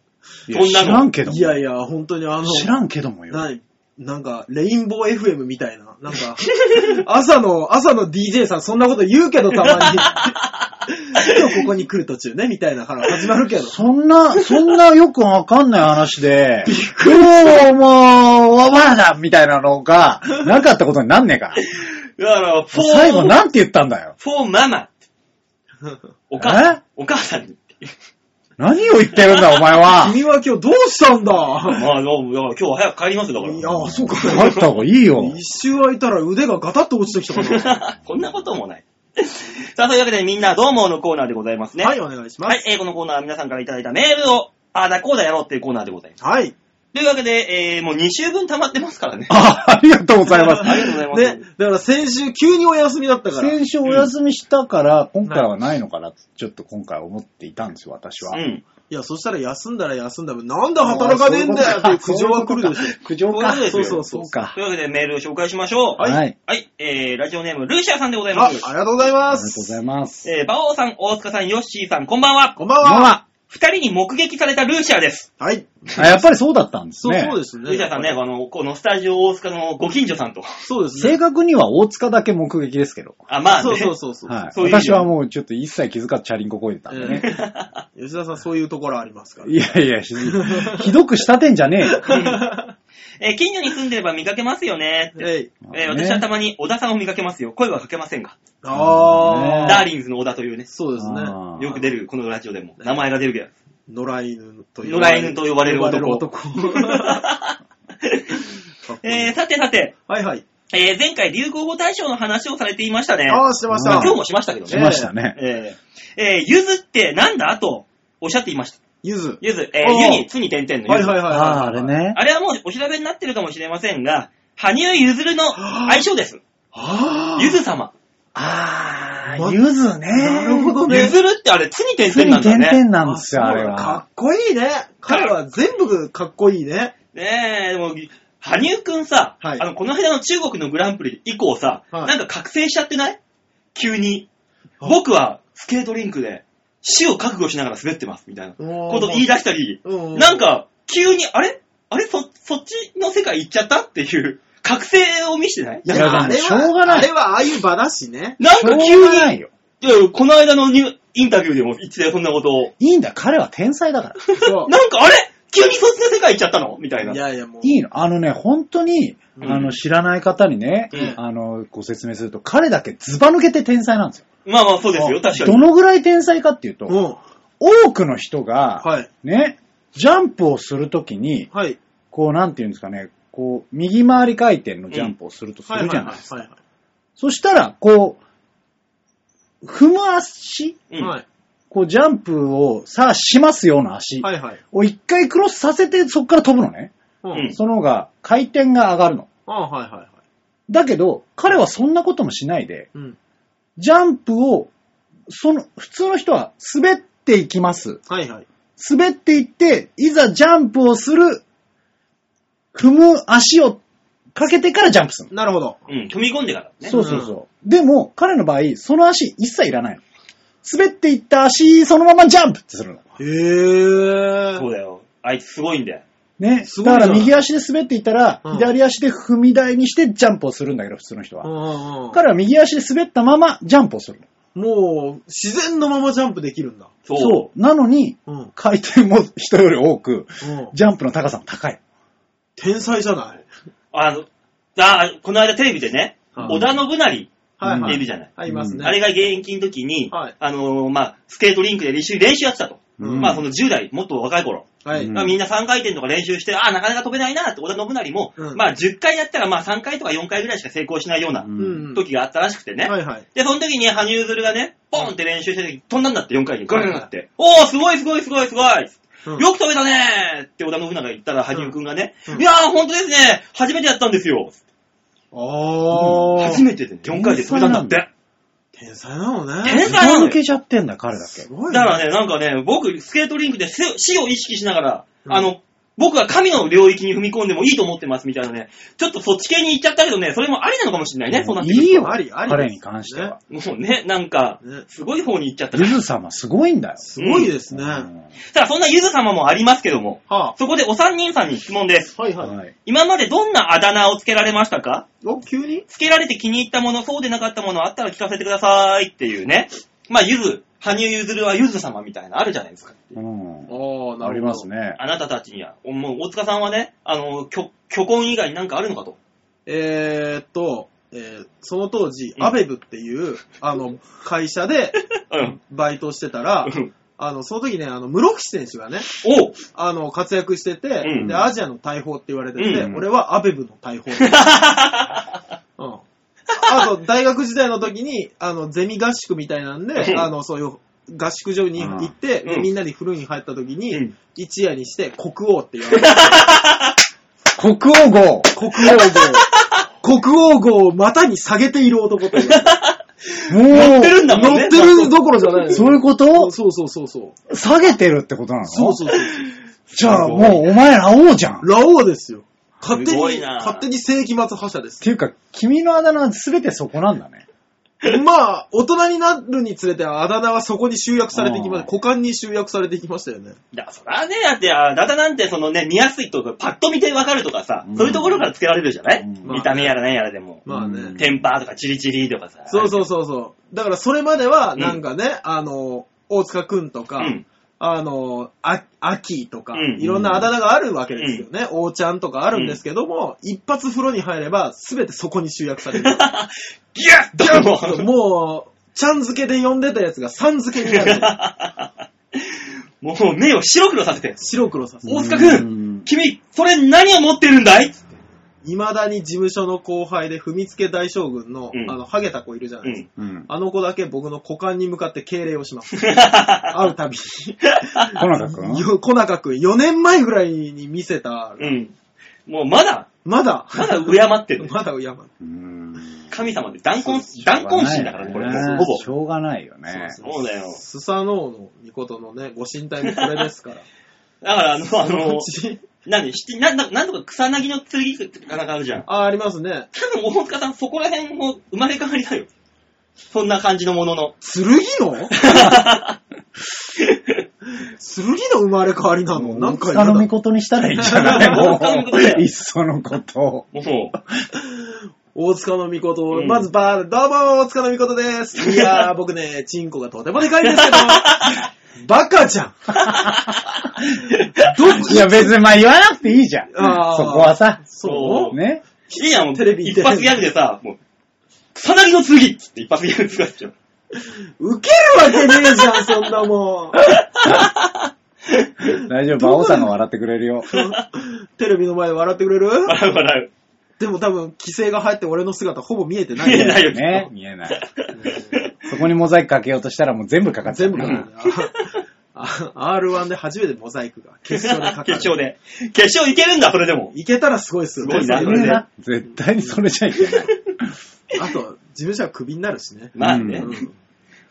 Speaker 1: いや
Speaker 2: そんなの
Speaker 1: 知らんけども。
Speaker 3: いやいや、本当にあの、
Speaker 1: 知らんけどもよ。
Speaker 3: ない。なんか、レインボー FM みたいな。なんか、 朝の、朝の DJ さんそんなこと言うけどたまに。今日ここに来る途中ね、みたいなから始まるけど。
Speaker 1: そんな、そんなよくわかんない話で、今日も、わばだみたいなのが、なかったことになんねえから。
Speaker 2: だから、フォー、
Speaker 1: 最後なんて言ったんだよ。
Speaker 2: フォーママ。お母さ
Speaker 1: え
Speaker 2: ん、お母さんに。
Speaker 1: 何を言ってるんだ、お 前は。
Speaker 3: 君は今日どうしたんだ
Speaker 2: まあ、どうもだから今日は早く帰りますよ、だ
Speaker 3: い
Speaker 2: か
Speaker 3: や、そうか。
Speaker 1: あった方がいいよ。
Speaker 3: 一周空いたら腕がガタッと落ちてきたから。
Speaker 2: ら。こんなこともない。さあ、というわけでみんなどうものコーナーでござい ますね。
Speaker 3: はい、お願いしま
Speaker 2: はい
Speaker 3: す。、
Speaker 2: えーこのコーナーは皆さんからいただいたメールを、あーだこうだやろうっていうコーナーでございます。
Speaker 3: はい。
Speaker 2: というわけで、えー、もう2週分溜まってますからね。
Speaker 1: あ、ありがとうございます。
Speaker 2: ありがとうござい
Speaker 3: ね
Speaker 2: ます。、
Speaker 3: だから先週急にお休みだったから。
Speaker 1: 先週お休みしたから、今回はないのかなって、ちょっと今回思っていたんですよ、私は。
Speaker 2: うん。
Speaker 3: いや、そしたら休んだら休んだ分、なんで働かねえんだよっていう苦情は来るでしょ。
Speaker 1: 苦情か。
Speaker 2: そうですよ
Speaker 1: そ
Speaker 3: そうう
Speaker 1: か
Speaker 2: と。いうわけでメールを紹介しましょう。
Speaker 1: はい。あり
Speaker 2: はい、えー、ラジオネーム、ルーシアさんでござい
Speaker 3: あ、あ
Speaker 2: ま
Speaker 3: り
Speaker 2: す。
Speaker 3: がとうございま
Speaker 1: がとう
Speaker 3: す。
Speaker 1: ございます。
Speaker 2: えー、バオさん、大塚さん、ヨッシーさん、こんばんは。
Speaker 3: こんばん
Speaker 1: こんばん
Speaker 3: は。
Speaker 1: は
Speaker 2: 二人に目撃されたルーシアです。
Speaker 3: はい。
Speaker 1: あやっぱりそうだったんです
Speaker 3: そう
Speaker 1: ね。
Speaker 3: そうです
Speaker 2: ル
Speaker 3: ね。
Speaker 2: ーシアさんね、あの、このスタジオ大塚のご近所さんと。
Speaker 3: そうです
Speaker 1: 正
Speaker 3: ね。
Speaker 1: 確には大塚だけ目撃ですけど。
Speaker 2: あ、まあね。
Speaker 3: そうそうそうそう。
Speaker 1: はい。
Speaker 2: そういう意味
Speaker 1: 私
Speaker 2: では
Speaker 1: はもうちょっと一切気づかずチャリンコこいでたんでね。
Speaker 3: ええ吉田さん、そういうところありますから。
Speaker 1: いやいや、ひ ひどく仕立てんじゃねえよ。
Speaker 2: えー、近所に住んでれば見かけますよね。
Speaker 3: えい。
Speaker 2: えー、
Speaker 1: ね
Speaker 2: 私はたまに小田さんを見かけますよ。声はかけませんが。
Speaker 1: あ
Speaker 3: あ
Speaker 1: ー
Speaker 2: ダーリンズの小田というね
Speaker 3: ー。。そうですね。
Speaker 1: あー
Speaker 2: よく出る、このラジオでも。名前が出るけど。
Speaker 3: 野良犬と
Speaker 2: 野良犬と呼ばれる男
Speaker 3: 呼ばれる男かっこいい
Speaker 2: えー、さてさて、
Speaker 3: はいはい。
Speaker 2: えー、前回流行語大賞の話をされていましたね。
Speaker 3: ああ、してまし
Speaker 2: まあ
Speaker 3: た。
Speaker 2: 今日もしましたけど
Speaker 1: し
Speaker 2: ね。
Speaker 1: ましたね。
Speaker 2: えー、えー、ゆずってなんだとおっしゃっていました。
Speaker 3: ゆず。
Speaker 2: ゆず、えー
Speaker 3: あ、ー
Speaker 2: ゆに、つに点々の
Speaker 3: は
Speaker 2: ゆ
Speaker 3: い
Speaker 2: ず。
Speaker 3: はいはいはい。
Speaker 1: ああー、あれ。ね。
Speaker 2: あれはもうお調べになってるかもしれませんが、羽生結弦の愛称です。
Speaker 3: ああ。
Speaker 2: ゆず様。
Speaker 1: あ
Speaker 3: ま
Speaker 1: ー、ゆずね。
Speaker 3: なるほどね
Speaker 2: ゆずるってあれ、つに点
Speaker 1: つ
Speaker 2: 々な
Speaker 1: に
Speaker 2: んだ
Speaker 1: 点々
Speaker 2: ね。
Speaker 1: なんですよ、あれ
Speaker 3: か
Speaker 1: は。
Speaker 3: っこいいね。彼は全部かっこいいね。
Speaker 2: ねえ、でも、羽生くんさ、
Speaker 3: はい
Speaker 2: あの、この間の中国のグランプリ以降さ、
Speaker 3: はい
Speaker 2: なんか覚醒しちゃってない急に。
Speaker 3: あ
Speaker 2: 僕はスケートリンクで死を覚悟しながら滑ってます、みたいな
Speaker 3: こ
Speaker 2: こと言い出したり、
Speaker 3: うん
Speaker 2: なん、か、急に、あれあれそ、そっちの世界行っちゃったっていう、覚醒を見せてない
Speaker 3: いや、
Speaker 1: いや
Speaker 3: あれは、
Speaker 1: でもしょうがない
Speaker 3: あれはああいう場だしね。
Speaker 2: なん
Speaker 1: しょう
Speaker 2: か急に、
Speaker 1: がないよ。
Speaker 2: いやいやこの間のニューインタビューでも言ってたよ、そんなことを。
Speaker 1: いいんだ、彼は天才だから。
Speaker 3: そ。
Speaker 2: なんか、あれ急にそっちの世界行っちゃったのみたいう
Speaker 3: い
Speaker 2: な。
Speaker 3: やいや、もう。
Speaker 1: いいの。あのね、本当に、
Speaker 2: うん
Speaker 1: あの、知らない方にね、
Speaker 2: うん
Speaker 1: あの、ご説明すると、彼だけズバ抜けて天才なんですよ。
Speaker 2: まあまあ、そうですよ、確か
Speaker 1: ど
Speaker 2: に。
Speaker 1: のぐらい天才かっていうと、
Speaker 3: うん。
Speaker 1: 多くの人が、
Speaker 3: はい。
Speaker 1: ね、ジャンプをするときに、
Speaker 3: はい。
Speaker 1: こう、なんていうんですかね、こう、右回り回転のジャンプをするとす
Speaker 3: はい。
Speaker 1: るじ
Speaker 3: はい。
Speaker 1: ゃない
Speaker 3: は
Speaker 1: ですか。
Speaker 3: い。
Speaker 1: そしたら、こう、踏む足、
Speaker 2: う
Speaker 3: は
Speaker 2: ん。
Speaker 3: い。
Speaker 1: こう、ジャンプを、さあ、しますような足
Speaker 3: はい。はい。
Speaker 1: を一回クロスさせて、そこから飛ぶのね。
Speaker 3: う
Speaker 2: うん
Speaker 3: ん。
Speaker 1: その方が、回転が上がるの。
Speaker 3: ああ、はい。はい。はい。
Speaker 1: だけど、彼はそんなこともしないで、
Speaker 3: うん。
Speaker 1: ジャンプをその、普通の人は滑っていきます。
Speaker 3: はいはい。
Speaker 1: 滑っていって、いざジャンプをする、踏む足をかけてからジャンプする
Speaker 3: なるほど。
Speaker 2: うん、踏み込んでからね。
Speaker 1: の。そうそうそう。でも、彼の場合、その足一切いらないの。滑っていった足、そのままジャンプってするの。
Speaker 3: へぇ
Speaker 2: そうだよ。あいつすごいんだよ。
Speaker 1: ね
Speaker 3: す。ごい
Speaker 1: だ
Speaker 3: な
Speaker 1: から右足で滑っていったら、
Speaker 3: うん
Speaker 1: 左足で踏み台にしてジャンプをするんだけど、普通の人は。
Speaker 3: ー。
Speaker 1: 彼は右足で滑ったままジャンプをするの。
Speaker 3: もう、自然のままジャンプできるんだ。
Speaker 2: そう。
Speaker 1: う。なのに、
Speaker 3: うん。うん。
Speaker 1: 回転も人より多く、ジャンプの高さも高い。
Speaker 3: 天才じゃない。
Speaker 2: あの、あこの間テレビでね、
Speaker 3: うん
Speaker 2: 織田信成、
Speaker 3: はいはい。
Speaker 2: いるじゃない
Speaker 3: ありますね。
Speaker 2: あれが現役の時に、
Speaker 3: はい
Speaker 2: あのーまあ、スケートリンクで練習、練習やってたと。
Speaker 3: うん
Speaker 2: まあ、その10代、もっと若い頃。
Speaker 3: はい。
Speaker 1: うん
Speaker 2: まあみんな3回転とか練習して、ああ、なかなか飛べないなって、織田信成も、
Speaker 3: うん
Speaker 2: まあ、10回やったら、まあ、3回とか4回ぐらいしか成功しないような
Speaker 1: う
Speaker 3: うん
Speaker 1: ん。
Speaker 2: 時があったらしくてね。
Speaker 3: はいはい。
Speaker 2: で、その時に羽生結弦がね、ポンって練習してる時、飛んだんだって、4回にガンガンって。おー、すごいすごいすごいすごい
Speaker 3: うん
Speaker 2: よく飛べたねーって織田信長が言ったら、羽生くんがね、
Speaker 3: うん
Speaker 2: いやー、ほんとですね初めてやったんですよ
Speaker 3: あ
Speaker 2: 初
Speaker 3: ー。
Speaker 2: めてで4回で飛べたんだって。
Speaker 3: 天才なのね。
Speaker 2: 天
Speaker 1: ず
Speaker 2: 才なの
Speaker 1: ば
Speaker 2: よ
Speaker 1: 抜けちゃってんだ、彼だけ
Speaker 3: す。ごいね。
Speaker 2: だからね、なんかね、僕、スケートリンクでせ死を意識しながら、
Speaker 3: うん
Speaker 2: あの、僕は神の領域に踏み込んでもいいと思ってますみたいなね、ちょっとそっち系に行っちゃったけどね、それもありなのかもしれないね、そうなってくると
Speaker 1: いいよ、
Speaker 3: ありあり
Speaker 1: 彼に関しては。
Speaker 2: もうね、なんか
Speaker 3: ね、
Speaker 2: すごい方に行っちゃったか
Speaker 1: ゆ
Speaker 2: ら。
Speaker 1: ずさんはすごいんだよ。
Speaker 3: すごいですね。は
Speaker 1: ね。
Speaker 2: さあ、そんなゆず様もありますけども、
Speaker 3: あ。
Speaker 2: そこでお三人さんに質問です。
Speaker 3: はいはい。
Speaker 1: はい。
Speaker 2: 今までどんなあだ名をつけられましたか
Speaker 3: お、急に
Speaker 2: つけられて気に入ったもの、そうでなかったものあったら聞かせてくださいっていうね。まあ、ゆず、羽生結弦はゆず様みたいなのあるじゃないですか。
Speaker 1: うん。
Speaker 3: ああ、なるほど。
Speaker 1: あります。ね。
Speaker 2: あなたたちには、もう大塚さんはね、あの、虚虚婚以外になんかあるのかと。
Speaker 3: えーっと、えーその当時、
Speaker 2: うん
Speaker 3: アベブっていう、あの、会社で
Speaker 2: うん。
Speaker 3: バイトしてたら、あの、その時ね、あの、室伏選手がね、
Speaker 2: おう
Speaker 3: あの、活躍してて、
Speaker 2: うん
Speaker 3: で、アジアの大砲って言われてて、
Speaker 2: うん
Speaker 3: 俺はアベブの大 砲。うん。あと、大学時代の時に、あの、ゼミ合宿みたいなん
Speaker 2: う
Speaker 3: で、
Speaker 2: ん
Speaker 3: あの、そういう、合宿所に行って、
Speaker 2: うん
Speaker 3: でみんなでフルに入った時に、
Speaker 2: うん
Speaker 3: 一夜にして、国王って言われて、国王号、
Speaker 1: 国王号。
Speaker 3: 国王号を股に下げている男って言わ
Speaker 2: 乗
Speaker 3: れて、
Speaker 1: 乗
Speaker 2: ってるんだもん
Speaker 3: 乗
Speaker 2: ね。
Speaker 3: ってるどころじゃない
Speaker 1: そういうこ
Speaker 3: そう
Speaker 1: と
Speaker 3: そうそうそうそう。
Speaker 1: 下げてるってことなの
Speaker 3: そうそうそう。
Speaker 1: じゃあもうお前ら王じゃん。っ
Speaker 3: ラオウですよ。勝手
Speaker 2: すごい
Speaker 3: に、
Speaker 2: な
Speaker 3: 勝手に世紀末覇者です。
Speaker 1: ていうか、君のあだ名は全てそこなんだね。
Speaker 3: まあ、大人になるにつれて、あだ名はそこに集約されてきまし
Speaker 1: あ
Speaker 3: た。
Speaker 1: ー
Speaker 3: 股間に集約されてきましたよね。
Speaker 2: いや、そらね、だって、あだだなんて、そのね、見やすいとか、パッと見てわかるとかさ、
Speaker 1: うん
Speaker 2: そういうところからつけられるじゃない、
Speaker 1: うん
Speaker 2: 見た目やら何やらでも。
Speaker 3: まあね。
Speaker 1: うん
Speaker 2: テンパーとかチリチリとかさ。
Speaker 3: そうそうそうそう。だからそれまでは、
Speaker 2: うん
Speaker 3: なんかね、あの、大塚くんとか、
Speaker 2: うん
Speaker 3: あの、あ、アキとか、
Speaker 2: うん
Speaker 3: いろんなあだ名があるわけですよね。王ちゃんとかあるんですけども、一発風呂に入れば、すべてそこに集約される。
Speaker 2: ギュッと もう
Speaker 3: もう、ちゃん付けで呼んでたやつがさん付けになる。
Speaker 2: もう目を白黒させて。
Speaker 3: 白黒させる
Speaker 2: 大塚く
Speaker 1: うん
Speaker 2: ん、君、それ何を持ってるんだい
Speaker 3: 未だに事務所の後輩で踏みつけ大将軍の、
Speaker 2: うん
Speaker 3: あの、ハゲた子いるじゃな
Speaker 2: う
Speaker 3: いですか。
Speaker 2: ん。
Speaker 1: うん。
Speaker 3: あの子だけ僕の股間に向かって敬礼を します。会うたび
Speaker 1: 小中くん
Speaker 3: に。よ小中君、4年前ぐらいに見せた、
Speaker 2: うん。もうまだ、
Speaker 3: まだ、
Speaker 2: まだ敬ってる。
Speaker 3: まだ敬う。
Speaker 1: うん
Speaker 2: 神様で断根、断根心だからね、これもう、ほぼ。
Speaker 1: しょうがないよね。
Speaker 2: そうだよ。
Speaker 3: スサノオの御事のね、ご神体もこれで すから。
Speaker 2: だから、あの、あ の、
Speaker 3: ち
Speaker 2: 何、七、なんだ、なんとか草薙の剣ってなんかあるじゃん。
Speaker 3: あ、ありますね。
Speaker 2: 多分大塚さんそこら辺も生まれ変わりだよ。そんな感じのものの。
Speaker 3: 剣 の剣の生まれ変わりなのなんか
Speaker 1: 他
Speaker 3: 嫌
Speaker 1: の
Speaker 3: だ
Speaker 1: 御事にしたらいいんじゃないも
Speaker 2: 他の御事だよ
Speaker 1: う、いっそのこと。
Speaker 2: も
Speaker 3: 大塚の御事を、
Speaker 2: うん
Speaker 3: まずバール、どうも大塚の御事です。いやー、僕ね、チンコがとてもでかいんですけど、 バカじゃん。どこ
Speaker 1: いや別にまあ言わなくていいじゃん。そこ
Speaker 3: あー
Speaker 1: はさ。
Speaker 3: そ
Speaker 1: ね。
Speaker 2: う、いいやん、もう
Speaker 3: テレビ
Speaker 2: 一発ギャグでさ、もう、草薙の剣っつって一発ギャグ使っちゃう。
Speaker 3: うウケるわけねえじゃん、そんなもん。
Speaker 1: 大丈夫、馬王さんが笑ってくれるよ。
Speaker 3: テレビの前で笑ってくれる
Speaker 2: 笑う笑
Speaker 3: でも多分、規制が入って俺の姿ほぼ見えて
Speaker 2: う。
Speaker 3: ない
Speaker 2: 見え
Speaker 3: ね。
Speaker 2: ないよ、
Speaker 1: ね、見えない。そこにモザイクかけようとしたらもう全部かかっちゃ
Speaker 3: 全
Speaker 1: う
Speaker 3: 部かかる。あ R1 で初めてモザイクが決勝でかかる。
Speaker 2: 決勝で。決勝いけるんだ、それでも。
Speaker 3: いけたらすごいっすよね。
Speaker 2: すごいな
Speaker 3: そ
Speaker 1: い
Speaker 3: れ
Speaker 1: る
Speaker 3: ねあ
Speaker 1: な。絶対にそれじゃいけない。
Speaker 3: と、事務所はクビになるしね。
Speaker 2: まあね。
Speaker 1: うん
Speaker 3: うん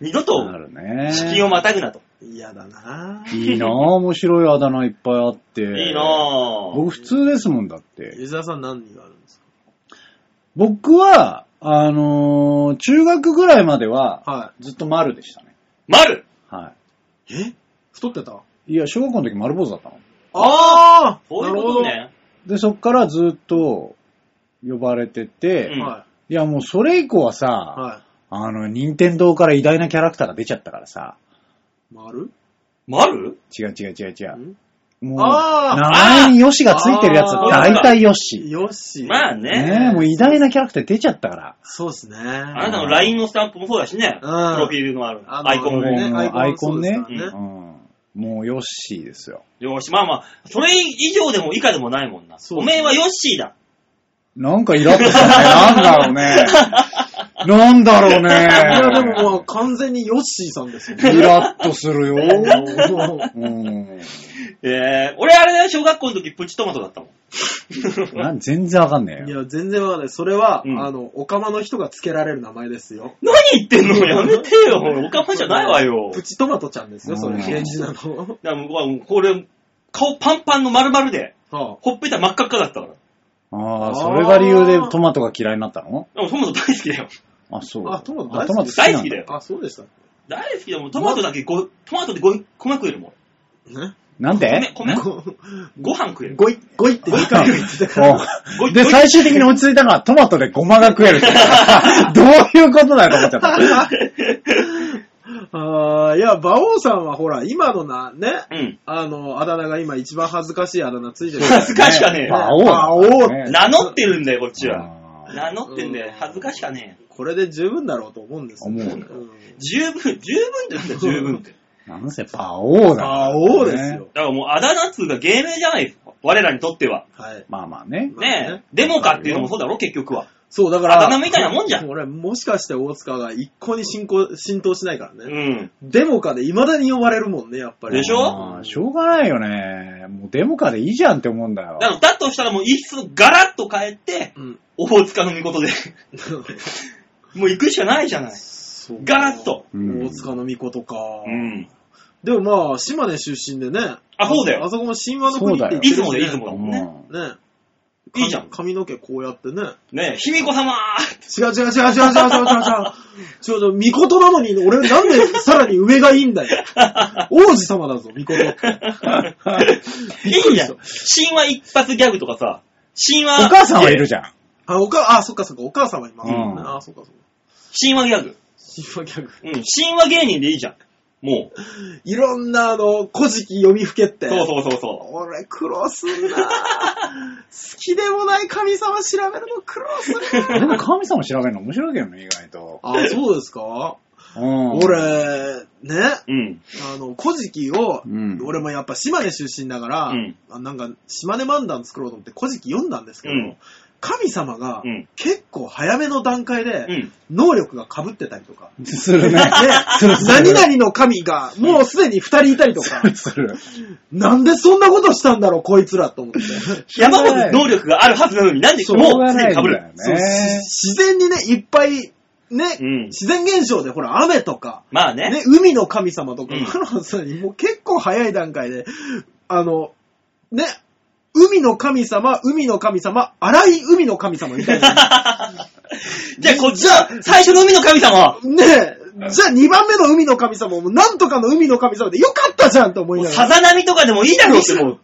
Speaker 2: 二度と
Speaker 1: な、るね。
Speaker 2: 資金をまたぐなと。
Speaker 3: 嫌だなぁ。
Speaker 1: いいなぁ、面白いあだ名いっぱいあって。
Speaker 2: いいなぁ。
Speaker 1: ぁ。僕普通ですもんだって。
Speaker 3: 吉沢さん何があるんです
Speaker 1: 僕は、あのー中学ぐらいまでは、
Speaker 3: かは。
Speaker 1: ずっと丸でしたね。
Speaker 2: 丸
Speaker 1: はい
Speaker 3: え太ってた
Speaker 1: い。いや、小学校の時丸坊主だったの。
Speaker 3: ああ
Speaker 2: そういうことね。
Speaker 1: で、そっからずっと呼ばれてて、
Speaker 2: うん
Speaker 3: はい
Speaker 1: やもうそれ以降はさ、
Speaker 3: い。は
Speaker 1: あの、任天堂から偉大なキャラクターが出ちゃったからさ、
Speaker 3: い。丸
Speaker 2: 丸
Speaker 1: 違う違う違う違う。
Speaker 3: ん
Speaker 1: もう、
Speaker 3: あー
Speaker 1: 名前にヨシがついてるやつは大体ヨシ。
Speaker 3: よし。
Speaker 2: まあ
Speaker 1: ねえ、
Speaker 2: ね。
Speaker 1: もう偉大なキャラクター出ちゃったから。
Speaker 3: そうですね。
Speaker 2: あなたの LINE のスタンプもそうだしね。プ
Speaker 3: うん
Speaker 2: ロフィールのある
Speaker 3: あの
Speaker 2: アイコン
Speaker 1: もう
Speaker 2: も。
Speaker 3: ね
Speaker 1: もう
Speaker 3: ア
Speaker 1: ア
Speaker 3: イ
Speaker 1: イ
Speaker 3: コ
Speaker 1: コ
Speaker 3: ン
Speaker 1: ン
Speaker 3: もそう
Speaker 1: ね。
Speaker 3: ですから
Speaker 1: うんもうヨッシーですよ。
Speaker 2: よし、まあまあ、それ以上でも以下でもないもんな。
Speaker 3: そう
Speaker 2: おめえはヨッシーだ。
Speaker 1: なんかイラッとした ね。なんだろうね。なんだろう
Speaker 3: いや、でもも
Speaker 1: ね。
Speaker 3: う完全にヨッシーさんですよ
Speaker 1: イラッとす るよ。
Speaker 3: もう
Speaker 1: うん。
Speaker 2: えー、俺あれだよ、小学校の時プチトマトだったもん。
Speaker 1: なん全然わかんねえ
Speaker 3: い
Speaker 1: よ。
Speaker 3: や、全然わかんない。それは、
Speaker 2: うん
Speaker 3: あの、オカマの人がつけられる名前ですよ。
Speaker 2: 何言ってんのやめてよ。おかまじゃないわよ。
Speaker 3: プチトマトちゃんですよ、それ、
Speaker 1: うん
Speaker 3: 現地なの。
Speaker 2: だからもうこれ、顔パンパンの丸々で、
Speaker 3: は
Speaker 2: ほっぺた真っ赤っかだったから。
Speaker 1: ああ、それが理由でトマトが嫌いになったの
Speaker 2: でもトマト大好きだよ。
Speaker 1: あ、そう。
Speaker 3: あトマト大好き
Speaker 1: あトマト好き
Speaker 2: 大
Speaker 1: な
Speaker 2: 好
Speaker 1: ん
Speaker 2: きだ
Speaker 1: だ。
Speaker 2: よ。
Speaker 3: あ、あ、そうでしたっ
Speaker 2: 大好きだもん。トマトだけご、トマトでごい米食えるもん。
Speaker 3: けね。
Speaker 1: なんで
Speaker 2: 米、米
Speaker 3: ご
Speaker 2: ご飯食える。
Speaker 3: ごい、ごいって2回言ってたから。
Speaker 2: ご
Speaker 1: で、
Speaker 2: ご
Speaker 1: 最終的に落ち着いたのはトマトでごまが食えるって。どういうことだよと思っちゃった。
Speaker 3: あーいや、馬王さんはほら、今のな、ね、
Speaker 2: うん。
Speaker 3: あの、あだ名が今一番恥ずかしいあだ名ついてる。
Speaker 2: 恥ずかしかねえ
Speaker 1: 馬王だからね。
Speaker 3: 馬王って
Speaker 2: 名乗ってるんだよ、こっちは。
Speaker 1: あー
Speaker 2: 名乗ってんだよ。恥ずかしかね
Speaker 3: これで十分だろうと思うんですよ。
Speaker 1: 思うね
Speaker 3: ん
Speaker 2: え。十分、十分ってなんだよ、十分って。
Speaker 1: なんせ馬王だから
Speaker 3: 馬
Speaker 1: ね。
Speaker 3: 王ですよ。
Speaker 2: だからもうあだ名っつうか芸名じゃないですか。我らにとっては。
Speaker 3: はい。
Speaker 1: まあまあね。
Speaker 2: ねえ、
Speaker 3: まあね
Speaker 2: デモかっていうのもそうだろ、結局は。
Speaker 3: そう、だから。
Speaker 2: あだ名みたいなもんじゃん。
Speaker 3: 俺、もしかして大塚が一向に進行、浸透しないからね。
Speaker 2: うん。
Speaker 3: デモかで未だに呼ばれるもんね、やっぱり。
Speaker 2: でしょ
Speaker 1: あーしょうがないよね。もうデモカでいいじゃんって思うんだよ
Speaker 2: だ。から、だとしたらもういっそガラッと変えて、
Speaker 3: うん。
Speaker 2: 大塚の御事で。 もう行くしかないじゃない。
Speaker 3: そう
Speaker 2: ガラッと。
Speaker 1: うん
Speaker 3: 大塚の巫女とか。
Speaker 2: うん。
Speaker 3: でもまあ、島根出身でね。
Speaker 2: あそうだよ
Speaker 3: あそこも神話の国って言っ
Speaker 2: 出
Speaker 3: てるし、ね。
Speaker 2: 雲で出雲だ
Speaker 1: う
Speaker 2: もんね。
Speaker 1: ん
Speaker 3: ね。
Speaker 2: いいじゃん
Speaker 3: 髪の毛こうやってね。
Speaker 2: ねえ、卑弥呼様
Speaker 3: 違う 違う違う違う違う違う違う違う。違う違う、巫女なのに、俺なんでさらに上がいいん だよ。王子様だぞ、巫女って。
Speaker 2: いいじゃん。神話一発ギャグとかさ、神
Speaker 1: お
Speaker 2: 話。
Speaker 1: 母さんはいるじゃん。
Speaker 3: あ、おか、あ、そっかそっか、お母様いますもんね。
Speaker 1: うん
Speaker 3: あ、そっかそっか。
Speaker 2: 神話ギャグ。
Speaker 3: 神話ギャグ。
Speaker 2: うん、神話芸人でいいじゃん。もう。
Speaker 3: いろんな、あの、古事記読みふけって。
Speaker 2: そうそうそうそう。
Speaker 3: 俺、苦労すんな 好きでもない神様調べるの苦労するな
Speaker 1: でも神様調べるの面白いけどね、意外と。
Speaker 3: あ、そうですか
Speaker 1: うん。
Speaker 3: 俺、ね、
Speaker 2: うん。
Speaker 3: あの、古事記を、
Speaker 1: うん
Speaker 3: 俺もやっぱ島根出身だから、
Speaker 2: うん
Speaker 3: あなんか、島根漫談作ろうと思って古事記読んだんですけど、
Speaker 2: うん
Speaker 3: 神様が
Speaker 2: うん、
Speaker 3: 結構早めの段階
Speaker 2: う
Speaker 3: で、
Speaker 2: ん。
Speaker 3: 能力が被ってたりとか、
Speaker 1: するね。 するす る。
Speaker 3: 何々の神が、もうすでに二人いたりと か、
Speaker 1: する。
Speaker 3: なんでそんなことしたんだろう、こいつらと思って。
Speaker 2: 山ほど能力があるはずなのになんで
Speaker 1: しょ
Speaker 2: もう
Speaker 1: うが
Speaker 2: す
Speaker 1: な
Speaker 2: で
Speaker 1: い
Speaker 2: に被
Speaker 1: んだ
Speaker 2: る
Speaker 1: よ。
Speaker 3: そう
Speaker 1: ね。
Speaker 3: 自然にね、いっぱい、ね、
Speaker 2: うん
Speaker 3: 自然現象で、ほら、雨とか、
Speaker 2: まあね。
Speaker 3: ね、海の神様とか
Speaker 2: うん
Speaker 3: からさ、 もう結構早い段階で、あの、ね、海の神様、海の神様、荒い海の神様みたいな。
Speaker 2: じゃあこっちは最初の海の神様。
Speaker 3: ねえ、じゃあ2番目の海の神様も、なんとかの海の神様でよかったじゃんと思いなが
Speaker 2: さ
Speaker 3: ら。
Speaker 2: ざ波とかでもいいだろうってもう。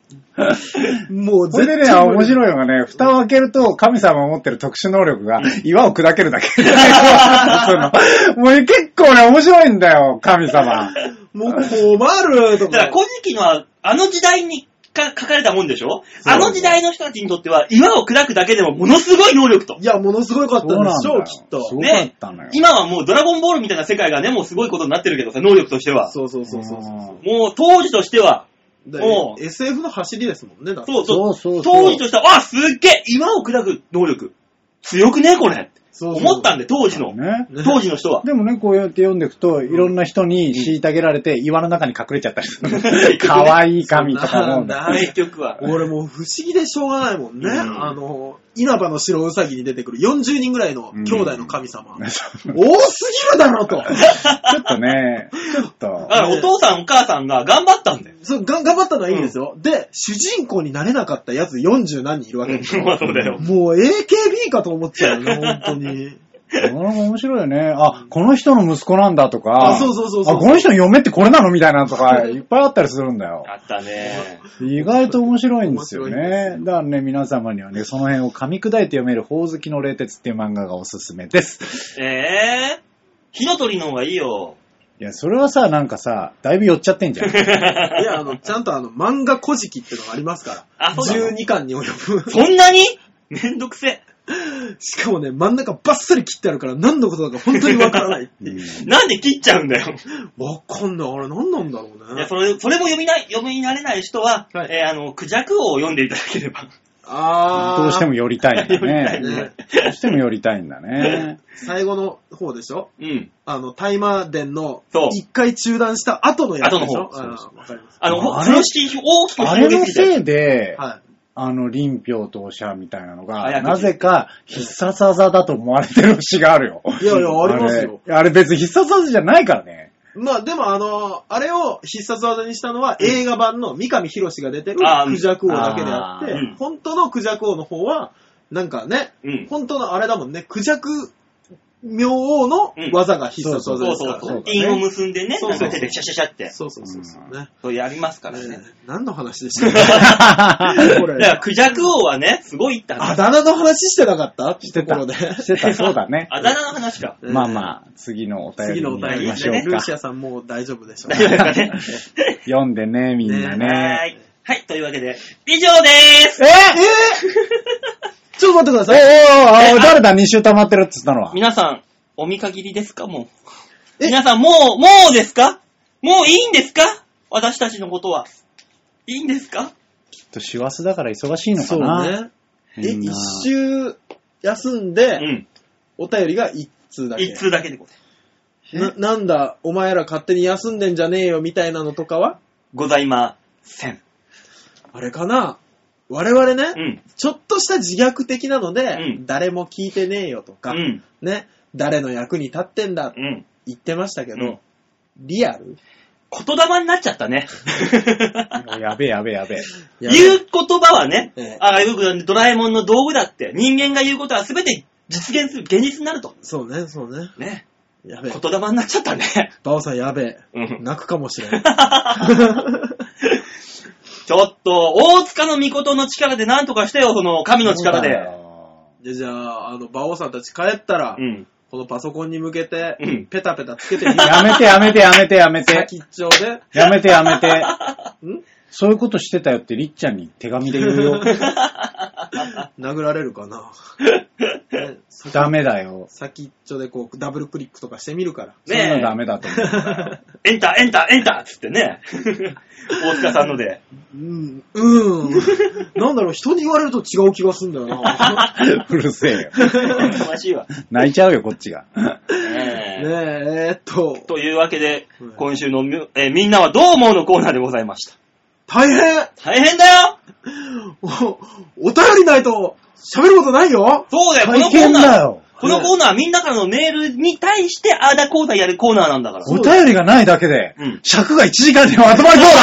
Speaker 3: もう
Speaker 1: それでね、
Speaker 3: 対無理
Speaker 1: 面白いのがね、蓋を開けると神様が持ってる特殊能力が岩を砕ける だけ。そういうのもう結構ね、面白いんだよ、神様。
Speaker 3: もう困ると
Speaker 2: だから
Speaker 3: か。
Speaker 2: 古事記のはあの時代にか書かれたもんでしょあの時代の人たちにとっては岩を砕くだけでもものすごい能力と。
Speaker 3: いや、ものすごかったんでしょう、きっと。
Speaker 1: そうだよ
Speaker 2: ね
Speaker 1: すごかったのよ。
Speaker 2: 今はもうドラゴンボールみたいな世界がね、もうすごいことになってるけどさ、能力としては。
Speaker 3: そうそうそうそうそう。
Speaker 2: もう当時としては、
Speaker 3: だ
Speaker 2: もう
Speaker 3: SF の走りですもんね、だって
Speaker 2: そう
Speaker 1: そ
Speaker 2: そうう、
Speaker 1: そうそう
Speaker 2: 当時としては、あ、すっげえ岩を砕く能力。強くねこれ。
Speaker 3: そうそう
Speaker 2: 思ったんで、当時の。
Speaker 1: ね。
Speaker 3: ね
Speaker 2: 当時の人は。
Speaker 1: でもね、こうやって読んでいくと、いろんな人に虐げられて、岩の中に隠れちゃったりする。 かわいい神とかも。
Speaker 3: な
Speaker 2: 結局は。
Speaker 3: 俺もう不思議でしょうがないもんね。
Speaker 2: うん
Speaker 3: あの、稲葉の白うさぎに出てくる40人ぐらいの兄弟の神様。多すぎ
Speaker 1: そう
Speaker 3: るだろと。
Speaker 1: ちょっとね、ちょっ
Speaker 2: だ
Speaker 1: と。
Speaker 2: からお父さんお母さんが頑張ったんだよ。
Speaker 3: そう、が頑張ったのはいいんですよ。で、主人公になれなかったやつ40何人いるわけですよ。
Speaker 2: まあそうだよ。
Speaker 3: もう AKB かと思っちゃうよね、本当に。
Speaker 1: この面白いよね。あ、この人の息子なんだとか。
Speaker 3: あそうそうそうそう
Speaker 1: あ、この人の嫁ってこれなのみたいなの とか、いっぱいあったりするんだよ。
Speaker 2: あったね。
Speaker 1: 意外と面白いんですよ
Speaker 3: 面白い
Speaker 1: ね。だからね、皆様にはね、その辺を噛み砕いて読める、宝月の冷徹っていう漫画がおすすめです。
Speaker 2: えぇ、火の鳥の方がいいよ。
Speaker 1: いや、それはさ、なんかさ、だいぶ寄っちゃって んじゃん。
Speaker 3: いや、あの、ちゃんとあの、漫画古事記ってのがありますから。
Speaker 2: あそうなの
Speaker 3: 12巻に及ぶ。
Speaker 2: そんなにめんどくせ。
Speaker 3: しかもね、真ん中バッサリ切ってあるから何のことだか本当にわからない っていう。
Speaker 2: なんで切っちゃうんだよ。
Speaker 3: わかんない。あれ何なんだろう
Speaker 2: いや、
Speaker 3: ね。
Speaker 2: それ、それも読みない、読み慣れない人は、
Speaker 3: はい
Speaker 2: えーあの、クジャク王を読んでいただければ。
Speaker 3: あー。
Speaker 1: どうしても寄りたいんだ
Speaker 3: 寄りた
Speaker 1: ね。
Speaker 3: いね
Speaker 1: どうしても寄りたいんだね。
Speaker 3: 最後の方でしょ
Speaker 2: うん。
Speaker 3: あの、タイマー電の
Speaker 2: そう、
Speaker 3: 一回中断した後のやつでしょ
Speaker 2: 後
Speaker 3: あーわかります。
Speaker 2: あの、
Speaker 1: あれ
Speaker 2: 風呂敷大きく
Speaker 1: あ
Speaker 2: 広
Speaker 1: れ
Speaker 2: げ
Speaker 1: の
Speaker 2: すぎて。
Speaker 1: せいで、
Speaker 3: は
Speaker 1: あの、林氷とおしゃみたいなの
Speaker 2: 早
Speaker 1: が、
Speaker 2: 口
Speaker 1: なぜか必殺技だと思われてる節があるよ。
Speaker 3: い。いやいや、ありますよ。
Speaker 1: あれ。あれ別に必殺技じゃないからね。
Speaker 3: まあでもあの、あれを必殺技にしたのは映画版の三上博史が出てる
Speaker 2: あー
Speaker 3: クジャク王だけであって
Speaker 2: あーうん、
Speaker 3: 本当のクジャク王の方は、なんかね、
Speaker 2: うん。
Speaker 3: 本当のあれだもんね、クジャク明王の技が必殺
Speaker 2: そ
Speaker 3: 技
Speaker 2: う
Speaker 3: ですか
Speaker 2: そ
Speaker 3: ら
Speaker 2: う
Speaker 3: ね。
Speaker 2: そう。
Speaker 1: そうだ
Speaker 2: 韻、
Speaker 1: ね
Speaker 2: を結んでね、
Speaker 3: そうそうそ
Speaker 2: な
Speaker 3: う
Speaker 2: んか手でシャシャシャって。
Speaker 3: そうそうそうそうね。
Speaker 2: そうやりますから
Speaker 3: ね
Speaker 2: ね。
Speaker 3: 何の話でしたっけ
Speaker 2: だ
Speaker 3: こ
Speaker 2: から、
Speaker 3: れ。
Speaker 2: クジャク王はね、すごいって
Speaker 3: あ
Speaker 2: 話。
Speaker 3: だ名の話してなかった
Speaker 1: してた。
Speaker 3: ところで。
Speaker 1: してた、そうだね。
Speaker 2: あだ名の話か。
Speaker 1: まあまあ、次のお便り
Speaker 3: 次のお
Speaker 1: に
Speaker 3: 便
Speaker 1: 行
Speaker 3: り
Speaker 1: き
Speaker 3: で
Speaker 1: ましょ
Speaker 3: ね。
Speaker 1: う
Speaker 3: ルー
Speaker 1: か。
Speaker 3: シアさんもう大丈夫でしょう
Speaker 2: 大丈夫
Speaker 3: ね。
Speaker 2: ですかね。
Speaker 1: 読んでね、みんな
Speaker 3: ね
Speaker 2: はー
Speaker 1: ね。
Speaker 2: い。はい、というわけで、以上でーす
Speaker 1: ええ
Speaker 3: ちょっと待ってくだ
Speaker 1: お
Speaker 3: さい。
Speaker 1: おお誰だ ?2 週溜まってるって言ったのは。
Speaker 2: 皆さん、お見限りですかもう。
Speaker 3: え
Speaker 2: 皆さん、もう、もうですかもういいんですか私たちのことは。いいんですか
Speaker 1: きっと師走だから忙しいのか
Speaker 3: そう
Speaker 1: な。
Speaker 3: ね。え、
Speaker 1: みんな
Speaker 3: 一週休んで、
Speaker 2: うん。
Speaker 3: お便りが一通だけ。
Speaker 2: 一通だけでござい
Speaker 3: な、なんだ、お前ら勝手に休んでんじゃねえよみたいなのとかは
Speaker 2: ございません。
Speaker 3: あれかな我々ね、
Speaker 2: うん。
Speaker 3: ちょっとした自虐的なので、
Speaker 2: うん
Speaker 3: 誰も聞いてねえよと
Speaker 2: う
Speaker 3: か、
Speaker 2: ん。
Speaker 3: ね、誰の役に立ってんだって
Speaker 2: うん。
Speaker 3: 言ってましたけど、
Speaker 2: うん
Speaker 3: リアル
Speaker 2: 言霊になっちゃったね。
Speaker 1: やべえやべえやべえ。
Speaker 3: や ばい
Speaker 2: 言う言葉はね
Speaker 3: ええ、
Speaker 2: あよくドラえもんの道具だって、人間が言うことは全て実現する、現実になると。
Speaker 3: そうね、そうね。
Speaker 2: ね。
Speaker 3: やべえ
Speaker 2: 言。霊になっちゃったね。
Speaker 3: バオさんやべえ。
Speaker 2: うん
Speaker 3: 泣くかもしれん。
Speaker 2: ちょっと、大塚の御事の力でなんとかしてよ、その神の力
Speaker 1: そう
Speaker 2: で
Speaker 1: だ。よ
Speaker 3: でじゃあ、あの、馬王さんたち帰ったら、
Speaker 2: うん。
Speaker 3: このパソコンに向けて、
Speaker 2: うん
Speaker 3: ペタペタつけてみる。
Speaker 1: やめてやめてやめてやめて。
Speaker 3: 先っちょで、
Speaker 1: やめてや めて。
Speaker 3: ん
Speaker 1: そういうことしてたよってりっちゃんに手紙で言う よ。
Speaker 3: 殴られるか な。ね先
Speaker 1: ダメだよ。
Speaker 3: 先っちょでこう、ダブルクリックとかしてみるから。
Speaker 1: そういう
Speaker 2: ね
Speaker 1: のダメだと思う。
Speaker 2: え、エンター、エンター、エンターっつってね。 大塚さんの で。
Speaker 3: うん、 うん。なんだろう、人に言われると違う気がすんだよ な。
Speaker 1: うるせえよ。
Speaker 2: 悲しいわ。
Speaker 1: 泣いちゃうよ、こっちが。
Speaker 3: ね
Speaker 2: ねえ
Speaker 3: え、えーっと、
Speaker 2: というわけで
Speaker 3: うん、
Speaker 2: 今週のみゅ、えーみんなはどう思うのコーナーでございました。
Speaker 3: 大変
Speaker 2: 大変だよ
Speaker 3: お、お便りないと喋ることないよ
Speaker 2: そうだよ、この
Speaker 1: 大
Speaker 2: コー
Speaker 1: 変
Speaker 2: ナ
Speaker 1: だ
Speaker 2: ー。
Speaker 1: よ。
Speaker 2: このコーナーはみんなからのメールに対して、あーだこーだやるコーナーなんだから。
Speaker 1: お便りがないだけで
Speaker 2: うん、
Speaker 1: 尺が1時間でまとまりそう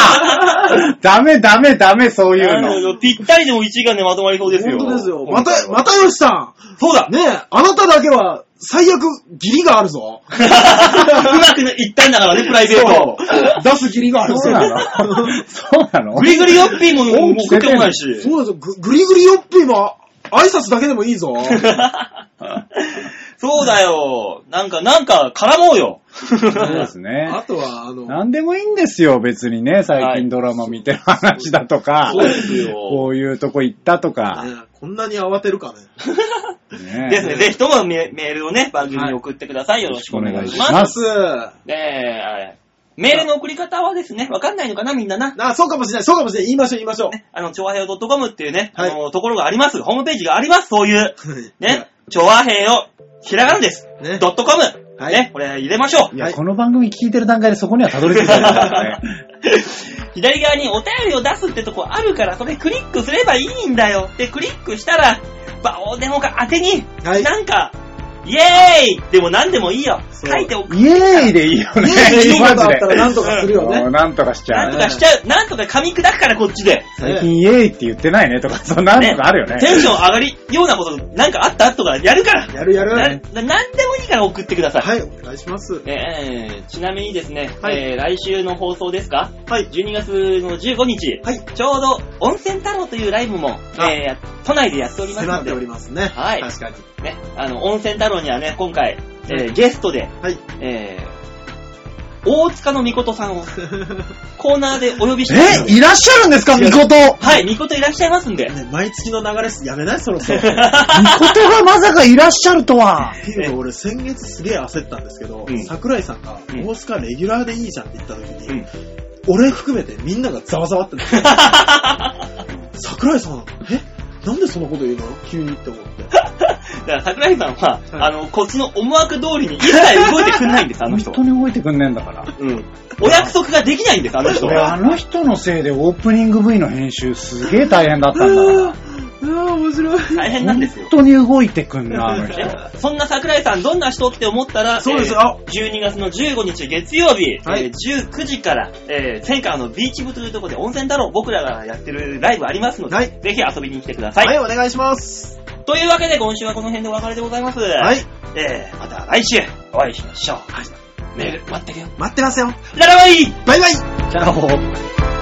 Speaker 1: だダメダメダメ、そういう
Speaker 2: なるほ
Speaker 1: の。
Speaker 2: どぴったりでも1時間でまとまりそうですよ。
Speaker 3: 本当ですよ。ま
Speaker 2: 今 回
Speaker 3: た、
Speaker 2: は
Speaker 3: またよしさ
Speaker 2: そうだ
Speaker 3: んねえ、あなただけは最悪義理があるぞ。
Speaker 2: うまくいったんだからね、プライベート。
Speaker 3: 出す義理がある
Speaker 1: そ
Speaker 3: ぞ。
Speaker 1: うなのそうなの
Speaker 2: グリグリヨッピーももう
Speaker 1: 音
Speaker 2: 送
Speaker 1: 聞
Speaker 2: っ
Speaker 1: い
Speaker 2: て
Speaker 1: て
Speaker 2: こ
Speaker 1: んの
Speaker 2: ないし。
Speaker 3: そうですよ。ググリグリヨッピーも挨拶だけでもいいぞ。ね
Speaker 2: そうだよ。なんか、なんか、絡もうよ。
Speaker 1: そうですね
Speaker 3: あとは、あの、
Speaker 1: なんでもいいんですよ、別にね。最近ドラマ見てる話だとか、
Speaker 2: そうですよ。
Speaker 1: こういうとこ行ったとか。
Speaker 3: ねこんなに慌てるかね。
Speaker 1: ね
Speaker 2: ですね。ぜひともメメールをね、番組に送ってください。よろしくお願いし
Speaker 1: お願いし
Speaker 2: ま。
Speaker 1: ますす
Speaker 3: ます。な
Speaker 2: ねえ、あれメールの送り方はですね、わかんないのかな、みんなな。
Speaker 3: あ、そうかもしれない、そうかもしれない。言いましょう、言いましょう。
Speaker 2: あの、超平洋 .com っていうね、
Speaker 3: は い
Speaker 2: あの、ところがあります。ホームページがあります、そういう。ね。チョアヘヨ、ひらがなです。
Speaker 3: ね
Speaker 2: ドットコム。
Speaker 3: はい
Speaker 2: ね、これ入れましょう
Speaker 1: い。
Speaker 3: は
Speaker 1: や、
Speaker 3: い
Speaker 1: この番組聞いてる段階でそこにはたどり着いてないから ね。
Speaker 2: 左側にお便りを出すってとこあるから、それクリックすればいいんだよ。で、クリックしたら、バオデモか宛てに、
Speaker 3: はい
Speaker 2: なんか、イエーイでも何でもいいよ。
Speaker 3: そう
Speaker 2: 書いておく。
Speaker 1: イエーイでいいよね。
Speaker 3: いいこ
Speaker 1: マ
Speaker 3: とあ
Speaker 1: ジ
Speaker 3: っ
Speaker 1: で
Speaker 3: たらなんとかするよ
Speaker 1: もう
Speaker 3: ね。
Speaker 1: なんとかしちゃ
Speaker 2: なん
Speaker 1: う
Speaker 2: と。かしちゃう。なんとか噛み砕くから、こっちで。
Speaker 1: 最近イエーイって言ってないねとか、そんなのがあるよね。
Speaker 2: テンション上がりようなこと、なんかあったとかやるから。
Speaker 3: やるや
Speaker 2: な
Speaker 3: る。
Speaker 2: ななんでもいいから送ってください。
Speaker 3: はい、お願い します。
Speaker 2: えーちなみにですね、
Speaker 3: はい
Speaker 2: えー来週の放送ですか
Speaker 3: はい。
Speaker 2: 12月の15日、
Speaker 3: はい
Speaker 2: ちょうど温泉太郎というライブも、
Speaker 3: あ
Speaker 2: えー都内でやっております
Speaker 3: 迫
Speaker 2: の
Speaker 3: って
Speaker 2: で
Speaker 3: お、りますね。
Speaker 2: はい
Speaker 3: 確かに。
Speaker 2: ね、あの、温泉太郎にはね、今回、えーゲストで、
Speaker 3: はい。
Speaker 2: えー大塚のみことさんをコーナーでお呼びしてますの
Speaker 1: え、
Speaker 2: で
Speaker 1: いらっしゃるんですかみこと
Speaker 2: はい、みこといらっしゃいますんで。
Speaker 3: ね、毎月の流れやめないそろそろ。
Speaker 1: みことがまさかいらっしゃるとは。
Speaker 3: っていうの俺先月すげえ焦ったんですけど、
Speaker 2: うん
Speaker 3: 桜井さんが
Speaker 2: うん
Speaker 3: 大塚レギュラーでいいじゃんって言った時に、
Speaker 2: うん
Speaker 3: 俺含めてみんながざわ ざわってなって桜井さんえなんでそんなこと言うの急にって思って
Speaker 2: だから桜井さんは、
Speaker 3: はい
Speaker 2: あの、こっちの思惑通りに一切動いてくんないん です、あの
Speaker 1: 本
Speaker 2: 人
Speaker 1: 当。に動いてくんねえんだから。
Speaker 2: うん。お約束ができないんです、あの人。
Speaker 1: 俺、あの人のせいでオープニング V の編集すげえ大変だったんだ から。
Speaker 3: ああ面白い
Speaker 2: 大変なんですよ
Speaker 1: 本。当に動いてくんな、あの人。
Speaker 2: ねそんな桜井さん、どんな人って思ったら、
Speaker 3: そうです
Speaker 2: えー
Speaker 3: あ
Speaker 2: 12月の15日月曜日、
Speaker 3: はい
Speaker 2: えー19時から、えー、センカーのビーチ部というところで温泉太郎、僕らがやってるライブありますので、
Speaker 3: はい
Speaker 2: ぜひ遊びに来てくださ。
Speaker 3: はいい、お願いします
Speaker 2: というわけで、今週はこの辺でお別れでございます。
Speaker 3: は。
Speaker 2: はいえー、また来週お会いしましょう。メール待ってるよ。
Speaker 3: 待ってますよ
Speaker 2: ララバイ
Speaker 3: バイバイ
Speaker 1: チャオ。